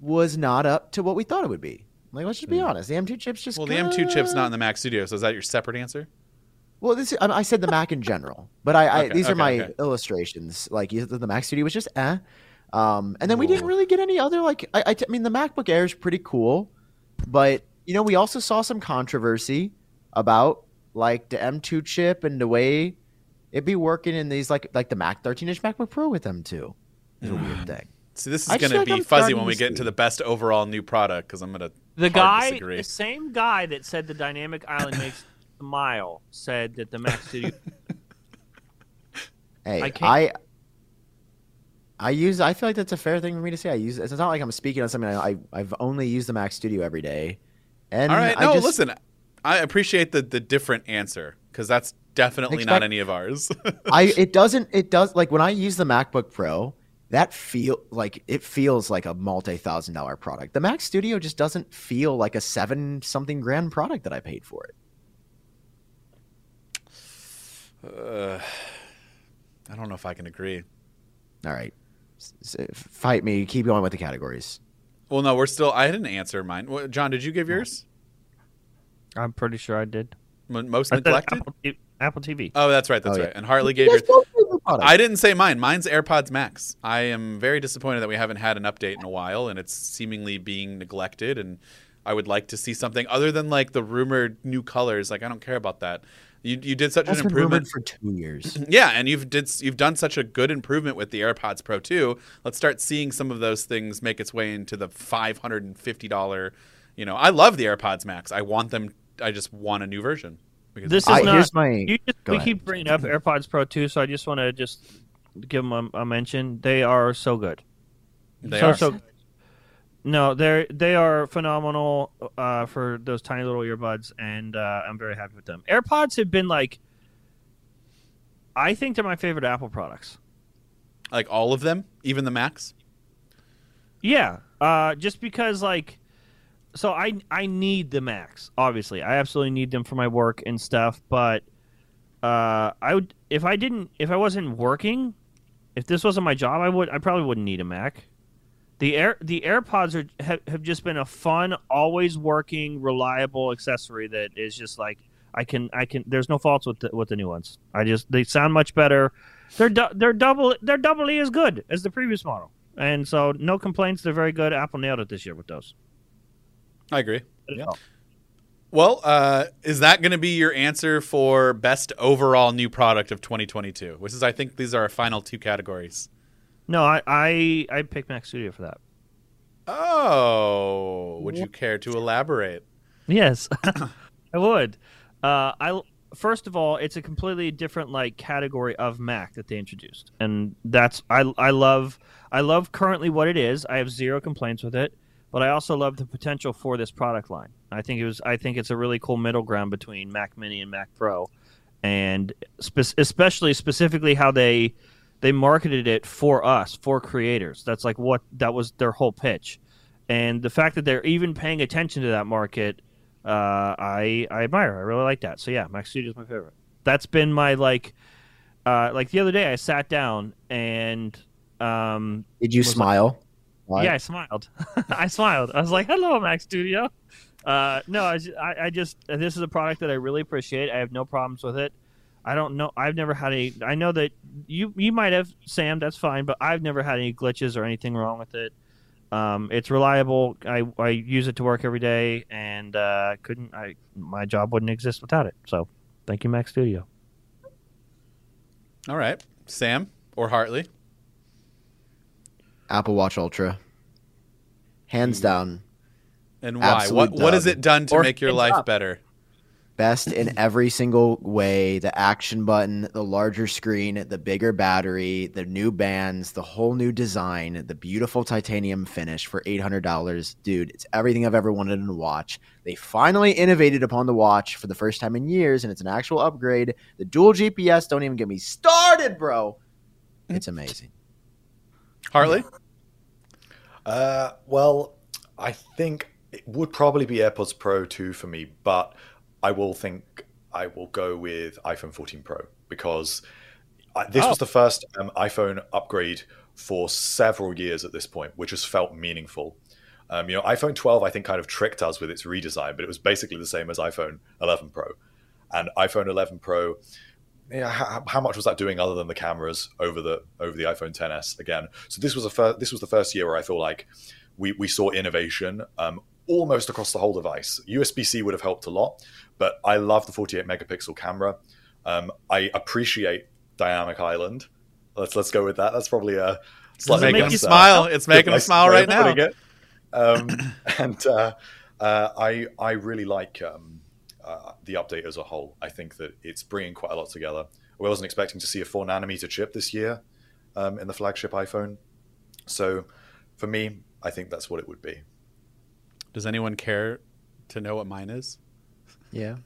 S4: was not up to what we thought it would be. Like let's just be honest, the M2 chip's just
S1: Hmm. Well, the M2 chip's
S4: kinda-
S1: not in the Mac Studio, so is that your separate answer?
S4: Well, this I, I said the Mac in general, but I, I
S1: Okay,
S4: these are
S1: okay,
S4: my
S1: okay.
S4: illustrations. Like you- the Mac Studio was just eh, um, and then we didn't really get any other like. I, I, t- I mean, the MacBook Air is pretty cool, but you know we also saw some controversy about like the M2 chip and the way it'd be working in these like like the Mac 13-inch MacBook Pro with M2 is a
S1: Mm.
S4: weird thing.
S1: See, this is
S4: I just
S1: going
S4: feel
S1: to
S4: like
S1: be
S4: I'm
S1: fuzzy
S4: starting
S1: when
S4: to
S1: we get
S4: see.
S1: into the best overall new product because I'm going to
S2: The guy,
S1: disagree.
S2: the same guy that said the dynamic island makes the mile, said that the Mac Studio.
S4: Hey,
S2: I
S4: I
S2: can't-
S4: I, use. I feel like that's a fair thing for me to say. I use. It's not like I'm speaking on something. I, I I've only used the Mac Studio every day. And
S1: All right,
S4: I
S1: no,
S4: just-
S1: listen, I appreciate the the different answer because that's definitely not
S4: Expect-
S1: any of ours.
S4: I it doesn't. It does like when I use the MacBook Pro. That feel like it feels like a multi thousand dollar product. The Mac Studio just doesn't feel like a seven something grand product that I paid for it.
S1: uh, I don't know if I can agree.
S4: All right, S- s- fight me. Keep going with the categories.
S1: Well, no, we're still. I didn't answer mine. What, John, did you give yours?
S2: I'm pretty sure I did.
S1: M- most
S2: I said
S1: neglected.
S2: Apple, T- Apple TV.
S1: Oh, that's right. That's
S4: Oh,
S1: right.
S4: yeah.
S1: And Harley
S4: You
S1: gave yours.
S4: guys both paid for the product.
S1: I didn't say mine. Mine's AirPods Max. I am very disappointed that we haven't had an update in a while, and it's seemingly being neglected. And I would like to see something other than like the rumored new colors. Like I don't care about that. You you did such
S4: That's
S1: an
S4: been rumored
S1: improvement.
S4: for two years.
S1: Yeah, and you've did you've done such a good improvement with the AirPods Pro 2. Let's start seeing some of those things make its way into the $550, you know. I love the AirPods Max. I want them I just want a new version because
S2: This is
S4: I,
S2: not.
S4: here's my.
S2: you just,
S4: go
S2: we
S4: ahead.
S2: keep bringing up AirPods Pro 2, so I just want to just give them a, a mention. They are so good.
S1: they
S2: so
S1: are.
S2: so. No, they're they are phenomenal uh, for those tiny little earbuds, and uh, I'm very happy with them. AirPods have been like, I think they're my favorite Apple products.
S1: like all of them, even the Max.
S2: Yeah, uh, just because like, so I I need the Macs. Obviously, I absolutely need them for my work and stuff. But uh, I would if I didn't if I wasn't working, if this wasn't my job, I would I probably wouldn't need a Mac. The air the AirPods are have, have just been a fun, always working, reliable accessory that is just like I can I can. There's no faults with the, with the new ones. I just they sound much better. They're du- they're double they're doubly as good as the previous model. And so, no complaints. They're very good. Apple nailed it this year with those.
S1: I agree.
S3: Yeah.
S1: Well, uh, is that going to be your answer for best overall new product of 2022? Which is, I think, these are our final two categories.
S2: No, I I, I picked Mac Studio for that.
S1: Oh, would you care to elaborate?
S2: Yes, I would. Uh, I first of all, it's a completely different like category of Mac that they introduced, and that's I I love I love currently what it is. I have zero complaints with it, but I also love the potential for this product line. I think it was I think it's a really cool middle ground between Mac Mini and Mac Pro, and spe- especially specifically how they they marketed it for us for creators. That's like what that was their whole pitch, and the fact that they're even paying attention to that market uh, I I admire. I really like that. So yeah, Mac Studio is my favorite. That's been my like, uh, like the other day I sat down and um,
S4: Did you
S2: was like-
S4: smile? Why?
S2: yeah, I smiled. I smiled. I was like, "Hello, Mac Studio." Uh, no, I, was- I, I just this is a product that I really appreciate. I have no problems with it. I don't know. I've never had a. I know that you you might have Sam. That's fine, but I've never had any glitches or anything wrong with it. Um, it's reliable. I, I use it to work every day, and uh, couldn't I my job wouldn't exist without it. So, thank you, Mac Studio.
S1: All right, Sam or Hartley.
S4: Apple Watch Ultra. Hands down,
S1: And why?
S4: Absolute
S1: what what has
S4: dub.
S1: it done to
S2: Or
S1: make your
S2: hands
S1: life
S2: up.
S1: better?
S4: best in every single way. The action button, the larger screen, the bigger battery, the new bands, the whole new design, the beautiful titanium finish for $800. Dude, it's everything I've ever wanted in a watch. They finally innovated upon the watch for the first time in years, and it's an actual upgrade. The dual GPS, don't even get me started, bro. It's amazing.
S1: Hartley?
S3: Uh, well, I think it would probably be AirPods Pro 2 for me, but I will think I will go with iPhone 14 Pro because I, this
S1: Oh.
S3: was the first um, iPhone upgrade for several years at this point, which has felt meaningful. Um, you know, iPhone 12 I think kind of tricked us with its redesign, but it was basically the same as iPhone 11 Pro. And iPhone 11 Pro, yeah, how, how much was that doing other than the cameras over the over the iPhone 10s again? So this was a fir- this was the first year where I feel like we we saw innovation um, almost across the whole device. USB C would have helped a lot, but I love the 48 megapixel camera. Um, I appreciate Dynamic Island. Let's let's go with that. That's probably a
S1: It's
S2: Does it
S3: slightly
S1: making him
S2: make you
S4: uh,
S3: unfair-
S1: smile. It's making him
S3: Nice
S1: smile
S3: way
S1: right
S3: of putting
S1: now.
S3: it. Um, and uh, uh, I I really like um, uh, the update as a whole. I think that it's bringing quite a lot together. I wasn't expecting to see a four nanometer chip this year um, in the flagship iPhone. So for me, I think that's what it would be.
S1: Does anyone care to know what mine is?
S4: Yeah.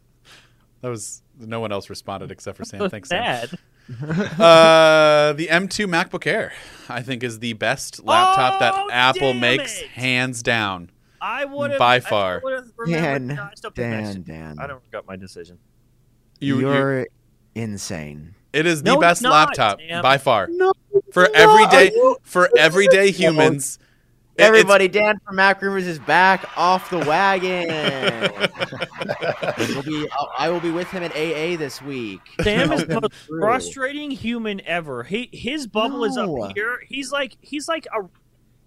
S1: That was no one else responded except for Sam. Thanks, Sam.
S2: Sad.
S1: Uh, the M2 MacBook Air, I think, is the best laptop
S2: Oh,
S1: that Apple
S2: damn
S1: makes,
S2: it.
S1: hands down.
S2: I would have
S1: By far.
S2: I would've remembered- no,
S4: Dan,
S2: I still picked Mac
S4: Dan,
S2: Studio.
S4: Dan.
S2: I don't regret my decision.
S1: You, you-
S4: You're insane.
S1: it is the
S2: No, it's
S1: best
S2: not,
S1: laptop
S2: Sam.
S1: by far
S4: No,
S1: for
S4: not.
S1: everyday
S4: Are you-
S1: for everyday humans. it- it's-
S4: Everybody, Dan from Mac Rumors is back off the wagon. we'll be, uh, I will be with him at AA this week.
S2: Sam
S4: Help
S2: is
S4: him
S2: the most
S4: through.
S2: frustrating human ever. He his bubble is
S4: No.
S2: up here. He's like he's like a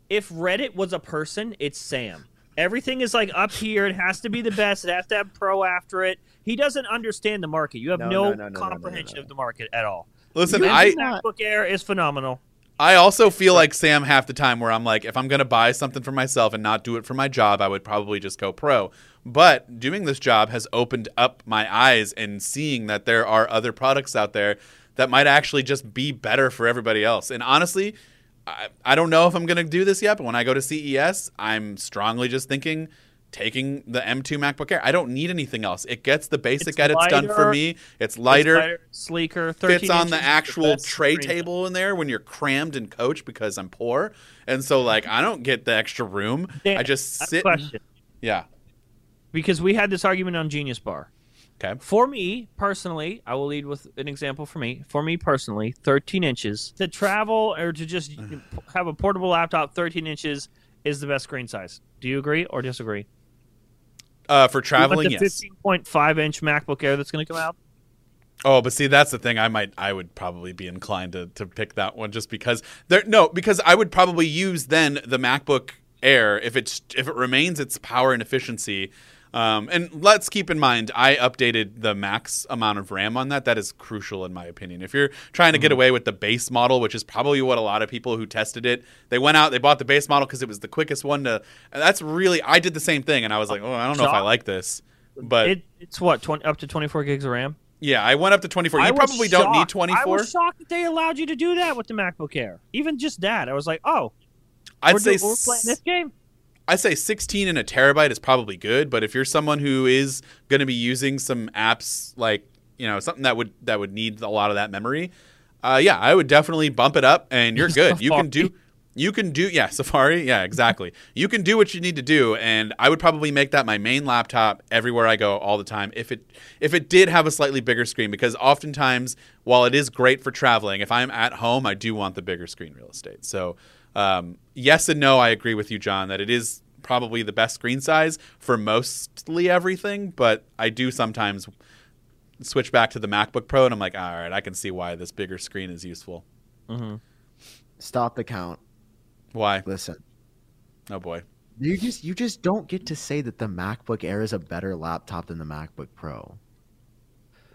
S2: if Reddit was a person, it's Sam. Everything is like up here. It has to be the best. It has to have pro after it. He doesn't understand the market. You have
S4: No,
S2: no,
S4: no, no, no, no, no,
S2: comprehension
S4: no.
S2: of the market at all.
S1: listen,
S2: This
S1: I
S2: MacBook Air is phenomenal.
S1: I also feel like Sam half the time where I'm like, if I'm gonna buy something for myself and not do it for my job, I would probably just go pro. But doing this job has opened up my eyes and seeing that there are other products out there that might actually just be better for everybody else. And honestly, I, I don't know if I'm gonna do this yet, but when I go to CES, I'm strongly just thinking taking the M2 MacBook Air. I don't need anything else. It gets the basic
S2: It's
S1: edits done for
S2: lighter.
S1: me. It's
S2: It's
S1: lighter
S2: sleeker, 13
S1: fits on the
S2: inches,
S1: actual
S2: best
S1: tray
S2: screen.
S1: table in there when you're crammed in coach because I'm poor. And so like I don't get the extra room.
S2: Dan,
S1: I just
S2: I have a
S1: sit
S2: Question.
S1: Yeah.
S2: because we had this argument on Genius Bar.
S1: Okay.
S2: For me personally, I will lead with an example for me. For me personally, 13 inches to travel or to just have a portable laptop, 13 inches is the best screen size. Do you agree or disagree?
S1: Uh, for
S2: You want
S1: traveling,
S2: the
S1: yes.
S2: 15.5 inch MacBook Air that's going to come out.
S1: Oh, but see, that's the thing. I might, I would probably be inclined to, to pick that one just because there. No, because I would probably use then the MacBook Air if it's if it remains its power and efficiency. Um, and let's keep in mind, I updated the max amount of RAM on that. That is crucial in my opinion. If you're trying to
S2: Mm-hmm.
S1: get away with the base model, which is probably what a lot of people who tested it, they went out, they bought the base model because it was the quickest one to. And that's really, I did the same thing, and I was like, oh, I don't know if I
S2: John-
S1: like this. But
S2: It, it's what 20, up to 24 gigs of RAM.
S1: yeah, I went up to 24.
S2: I
S1: You
S2: was
S1: probably don't need
S2: shocked.
S1: 24.
S2: I was shocked that they allowed you to do that with the MacBook Air. Even just that, I was like, oh,
S1: I'd
S2: we're,
S1: say
S2: do- we're playing this game.
S1: I say 16 and a terabyte is probably good, but if you're someone who is going to be using some apps like you know something that would that would need a lot of that memory, uh, yeah, I would definitely bump it up, and you're good. You can do. You can do yeah, Safari, yeah, exactly. You can do what you need to do and I would probably make that my main laptop everywhere I go all the time if it if it did have a slightly bigger screen because oftentimes while it is great for traveling, if I'm at home, I do want the bigger screen real estate. So, um, yes and no, I agree with you John that it is probably the best screen size for mostly everything, but I do sometimes switch back to the MacBook Pro, and I'm like, all right, I can see why this bigger screen is useful.
S2: Mm-hmm.
S4: Stop the count.
S1: Why?
S4: Listen,
S1: Oh boy.
S4: you just you just don't get to say that the MacBook Air is a better laptop than the MacBook Pro.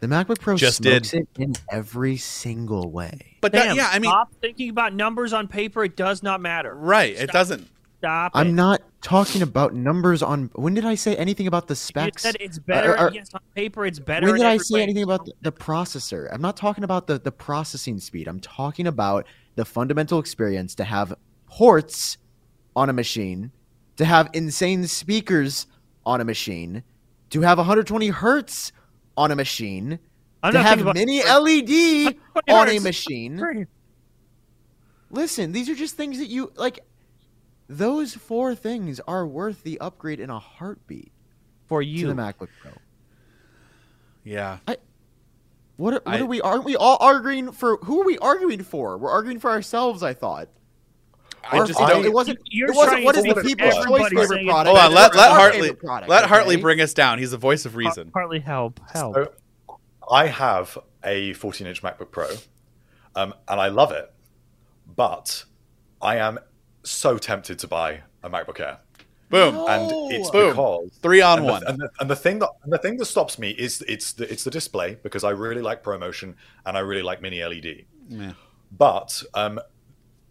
S4: The MacBook Pro
S1: Just
S4: smokes it in every single way.
S1: But that,
S2: Damn,
S1: yeah, I mean,
S2: stop thinking about numbers on paper. It does not matter.
S1: right? It
S2: Stop.
S1: doesn't.
S2: Stop. it.
S4: I'm not talking about numbers on. When did I say anything about the
S2: You
S4: specs?
S2: said it's better.
S4: or-
S2: yes, on paper it's better.
S4: When
S2: in
S4: did I
S2: every
S4: say
S2: way.
S4: anything about the, the processor? I'm not talking about the, the processing speed. I'm talking about the fundamental experience to have ports on a machine, to have insane speakers on a machine, to have 120 hertz on a machine,
S2: I'm
S4: to
S2: not
S4: have
S2: thinking about
S4: mini LED
S2: Fucking
S4: on a
S2: hurts.
S4: machine. Listen, these are just things that you like. Those four things are worth the upgrade in a heartbeat
S2: for
S4: to the
S2: you.
S4: MacBook Pro.
S1: Yeah.
S4: What are, what
S1: I-
S4: are we? Aren't we all arguing for? Who are we arguing for? We're arguing for ourselves. I thought.
S1: I
S4: Our
S1: just
S4: fine-
S1: don't.
S4: It wasn't.
S2: You're
S4: it wasn't.
S2: trying
S4: What
S2: to
S4: is the
S2: make
S4: people's
S2: everybody
S4: choice favorite
S2: saying it's
S4: product?
S1: Hold on. Oh,
S4: It's
S1: uh, Let,
S4: our
S1: let Hartley
S4: favorite product,
S1: let
S4: okay?
S1: Hartley bring us down. He's the voice of
S2: Har-
S1: reason.
S2: Hartley, help, help.
S3: So, I have a 14 inch MacBook Pro, um, and I love it, but I am so tempted to buy a MacBook Air,
S1: Boom.
S4: No.
S3: and it's
S1: Oh. Boom.
S3: because
S1: Three on
S3: and
S1: one.
S3: The, and, the, and the thing that and the thing that stops me is it's the, it's the display because I really like ProMotion and I really like Mini LED.
S1: Yeah.
S3: But um,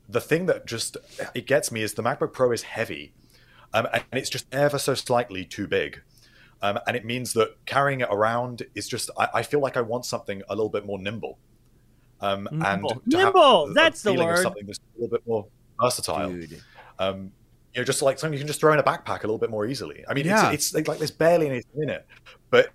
S3: the thing that just it gets me is the MacBook Pro is heavy, um, and it's just ever so slightly too big. Um, and it means that carrying it around is just I, I feel like I want something a little bit more nimble. Um,
S2: Nimble.
S3: And to have
S2: Nimble, that's the
S3: feeling of
S2: word.
S3: something that's a little bit more versatile
S4: Dude,
S3: um, you know, just like something you can just throw in a backpack a little bit more easily. I mean,
S1: Yeah.
S3: it's, it's like, like there's barely anything in it, but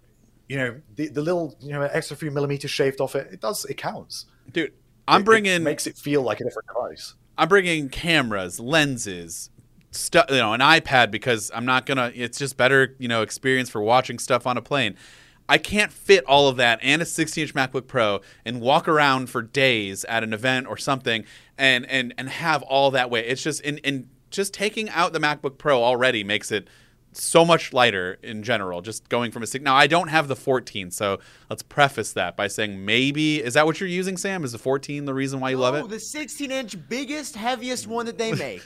S3: you know, the, the little you know extra few millimeters shaved off it, it does it counts.
S1: Dude,
S3: It-
S1: I'm
S3: it
S1: bringing
S3: makes it feel like a different device.
S1: I'm bringing cameras, lenses, stuff, you know, an iPad because I'm not gonna. It's just better, you know, experience for watching stuff on a plane. I can't fit all of that and a 16-inch MacBook Pro and walk around for days at an event or something and and and have all that weight. It's just and and just taking out the MacBook Pro already makes it so much lighter in general. Just going from a six. Now I don't have the 14, so let's preface that by saying maybe is that what you're using, Sam? Is the 14 the reason why you love
S4: no,
S1: it?
S4: Oh, The 16 inch biggest, heaviest one that they make,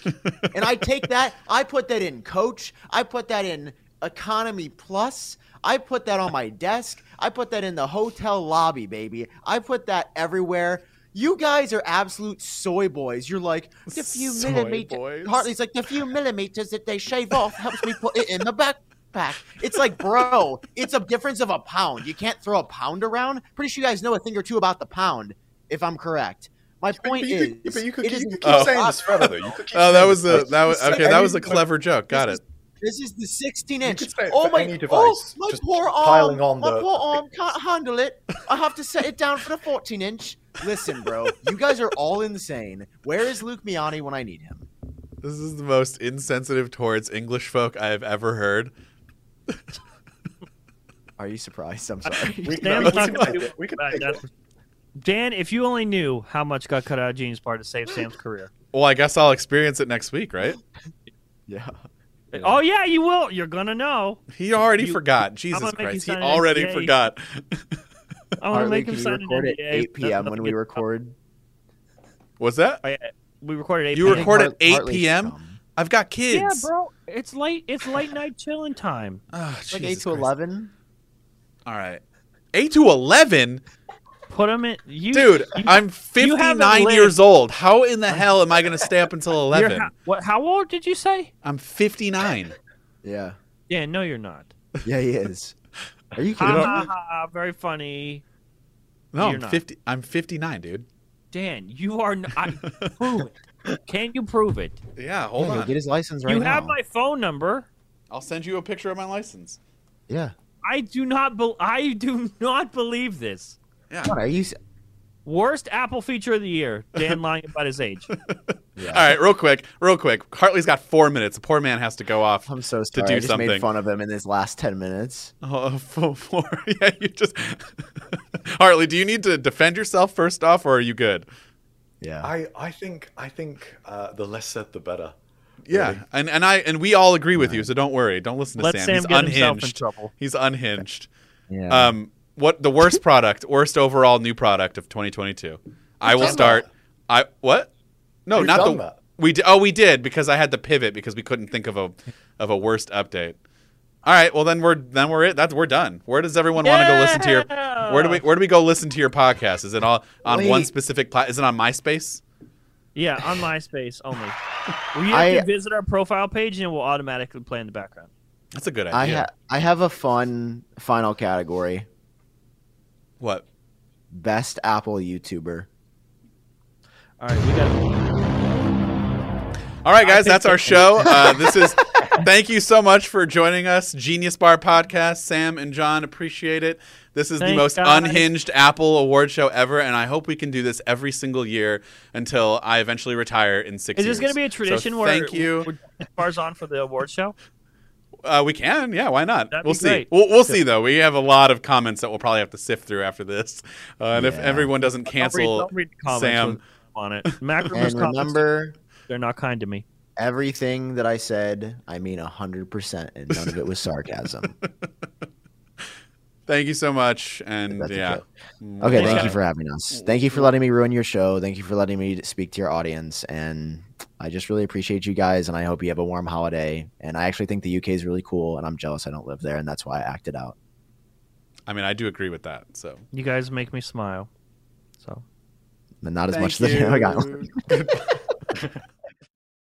S4: and I take that. I put that in Coach. I put that in Economy Plus. I put that on my desk. I put that in the hotel lobby, baby. I put that everywhere. You guys are absolute soy boys. You're like the few
S1: Soy
S4: millimeters.
S1: boys.
S4: Hartley's like the few millimeters that they shave off helps me put it in the backpack. It's like, bro, it's a difference of a pound. You can't throw a pound around. Pretty sure you guys know a thing or two about the pound, if I'm correct. My point
S3: but you
S4: is,
S3: could, but you could,
S4: it
S3: you
S4: is-
S3: could keep
S1: Oh.
S3: saying this forever though. You could keep
S1: Oh, that
S3: saying
S1: was
S3: this
S1: a
S3: for-
S1: that was
S3: for
S1: okay. That
S3: any-
S1: was a clever joke. Got
S4: this
S1: it.
S4: is- This is the 16
S3: You
S4: inch.
S3: could say it
S4: oh
S3: for
S4: my!
S3: any
S4: Oh,
S3: device,
S4: my
S3: just
S4: poor arm!
S3: piling on
S4: my
S3: the-
S4: poor arm can't handle it. I have to set it down for the 14 inch. Listen, bro, you guys are all insane. Where is Luke Miani when I need him?
S1: This is the most insensitive towards English folk I have ever heard.
S4: Are you surprised? I'm sorry.
S3: We, no, we
S2: Sam's
S3: can
S2: not gonna
S3: take
S2: do
S3: it. We can
S2: Right,
S3: take it.
S2: that's- Dan, if you only knew how much got cut out of Gene's part to save Sam's career.
S1: Well, I guess I'll experience it next week, right?
S4: yeah.
S2: Oh yeah, you will. You're gonna know.
S1: He already
S2: You-
S1: forgot. Jesus
S2: gonna make you
S1: Christ, he
S2: sign an
S1: already
S2: NDA.
S1: forgot.
S2: I want to
S4: Harley,
S2: make
S4: can
S2: him
S4: you
S2: sign an
S4: record at
S2: NDA.
S4: 8 p.m.
S2: Nothing
S4: when we
S2: gets-
S4: record?
S1: Was that?
S2: We recorded eight.
S1: You
S2: p.m.
S1: were- record
S4: I think
S1: at 8
S4: Hartley's
S1: p.m.?
S4: dumb.
S1: I've got
S2: Yeah,
S1: kids.
S2: bro. It's late. It's late night chilling time.
S1: Oh,
S4: Like
S1: Jesus
S4: 8 to
S1: Christ.
S4: 11.
S1: All right. 8 to 11?
S2: Put him in. You,
S1: Dude,
S2: you-
S1: I'm
S2: you haven't
S1: 59
S2: lived.
S1: years old. How in the hell am I going to stay up until
S2: you're
S1: 11?
S2: ho- what? How old did you say?
S1: I'm 59.
S4: Yeah.
S2: Yeah, no, you're not.
S4: Yeah, he is. Are you
S2: Ha,
S4: kidding? me?
S2: ha, ha, ha, very funny.
S1: No,
S2: You're
S1: I'm
S2: not.
S1: 50 I'm 59, dude.
S2: Dan, you are. N- I, prove it. Can you prove it?
S1: Yeah, hold
S4: yeah, he'll
S1: on.
S4: Get his license right
S2: you
S4: now.
S2: have my phone number.
S1: I'll send you a picture of my license.
S4: Yeah.
S2: I do not. Be- I do not believe this.
S1: Yeah.
S4: Come on, are you? s-
S2: Worst Apple feature of the year. Dan lying about his age.
S4: Yeah.
S1: All right, real quick, real quick. Hartley's got four minutes. The poor man has to go off.
S4: I'm so
S1: to
S4: sorry.
S1: do
S4: I just
S1: something.
S4: made fun of him in his last 10 minutes.
S1: Oh, four, four. Yeah, you just. Hartley, do you need to defend yourself first off, or are you good? Uh,
S4: Yeah.
S3: I, I think I think uh, the less said the better. Really.
S1: and and I and we all agree with you, so don't worry. Don't listen to
S2: Let
S1: Sam.
S2: Sam
S1: He's
S2: get himself in
S1: unhinged.
S2: trouble.
S1: He's unhinged.
S4: yeah.
S1: Um, what the worst product, worst overall new product of 2022. I will
S3: done
S1: start. I what? No,
S3: We've
S1: not the
S3: done that.
S1: we. Di- oh, we did because I had to pivot because we couldn't think of a of a worst update. All right, well then we're then we're it. That's we're done. Where does everyone want to go listen to your? Where do we where do we go listen to your podcast? Is it all on one
S4: Wait.
S1: specific? Pla- is it on MySpace?
S2: Yeah, on MySpace only. Well, you
S4: I-
S2: can visit our profile page and it will automatically play in the background.
S1: That's a good
S4: I
S1: idea.
S4: ha- I have a fun final category:
S1: what?
S4: best Apple YouTuber.
S2: All right, we got.
S1: All right, guys,
S2: picked
S1: that's our
S2: it.
S1: show. Uh, this is. Thank you so much for joining us, Genius Bar Podcast. Sam and John appreciate it. This is the
S2: Thanks,
S1: most
S2: guys.
S1: unhinged Apple award show ever, and I hope we can do this every single year until I eventually retire in six
S2: Is
S1: years.
S2: this going to be a
S1: So
S2: tradition where
S1: thank you.
S2: Bars on for the award show.
S1: Uh, we can, yeah. Why not?
S2: That'd be
S1: we'll see.
S2: great.
S1: We'll, we'll see though. We have a lot of comments that we'll probably have to sift through afafter this, uh, and if
S4: Yeah.
S1: everyone doesn't
S2: I'll read,
S1: cancel,
S2: I'll read the comments
S1: Sam.
S2: when- on it. Macroverse
S4: And
S2: comments.
S4: remember,
S2: they're not kind to me.
S4: everything that I said, I mean hundred percent, and none of it was sarcasm.
S1: thank you so much. And
S4: That's a
S1: yeah,
S4: joke. Okay,
S2: Yeah.
S4: thank you for having us. Thank you for letting me ruin your show. Thank you for letting me speak to your audience. And I just really appreciate you guys. And I hope you have a warm holiday. And I actually think the UK is really cool. And I'm jealous I don't live there. And that's why I acted out.
S1: I mean, I do agree with that. So
S2: You guys make me smile. So.
S4: And not as
S1: Thank
S4: much as the
S1: you.
S4: I got.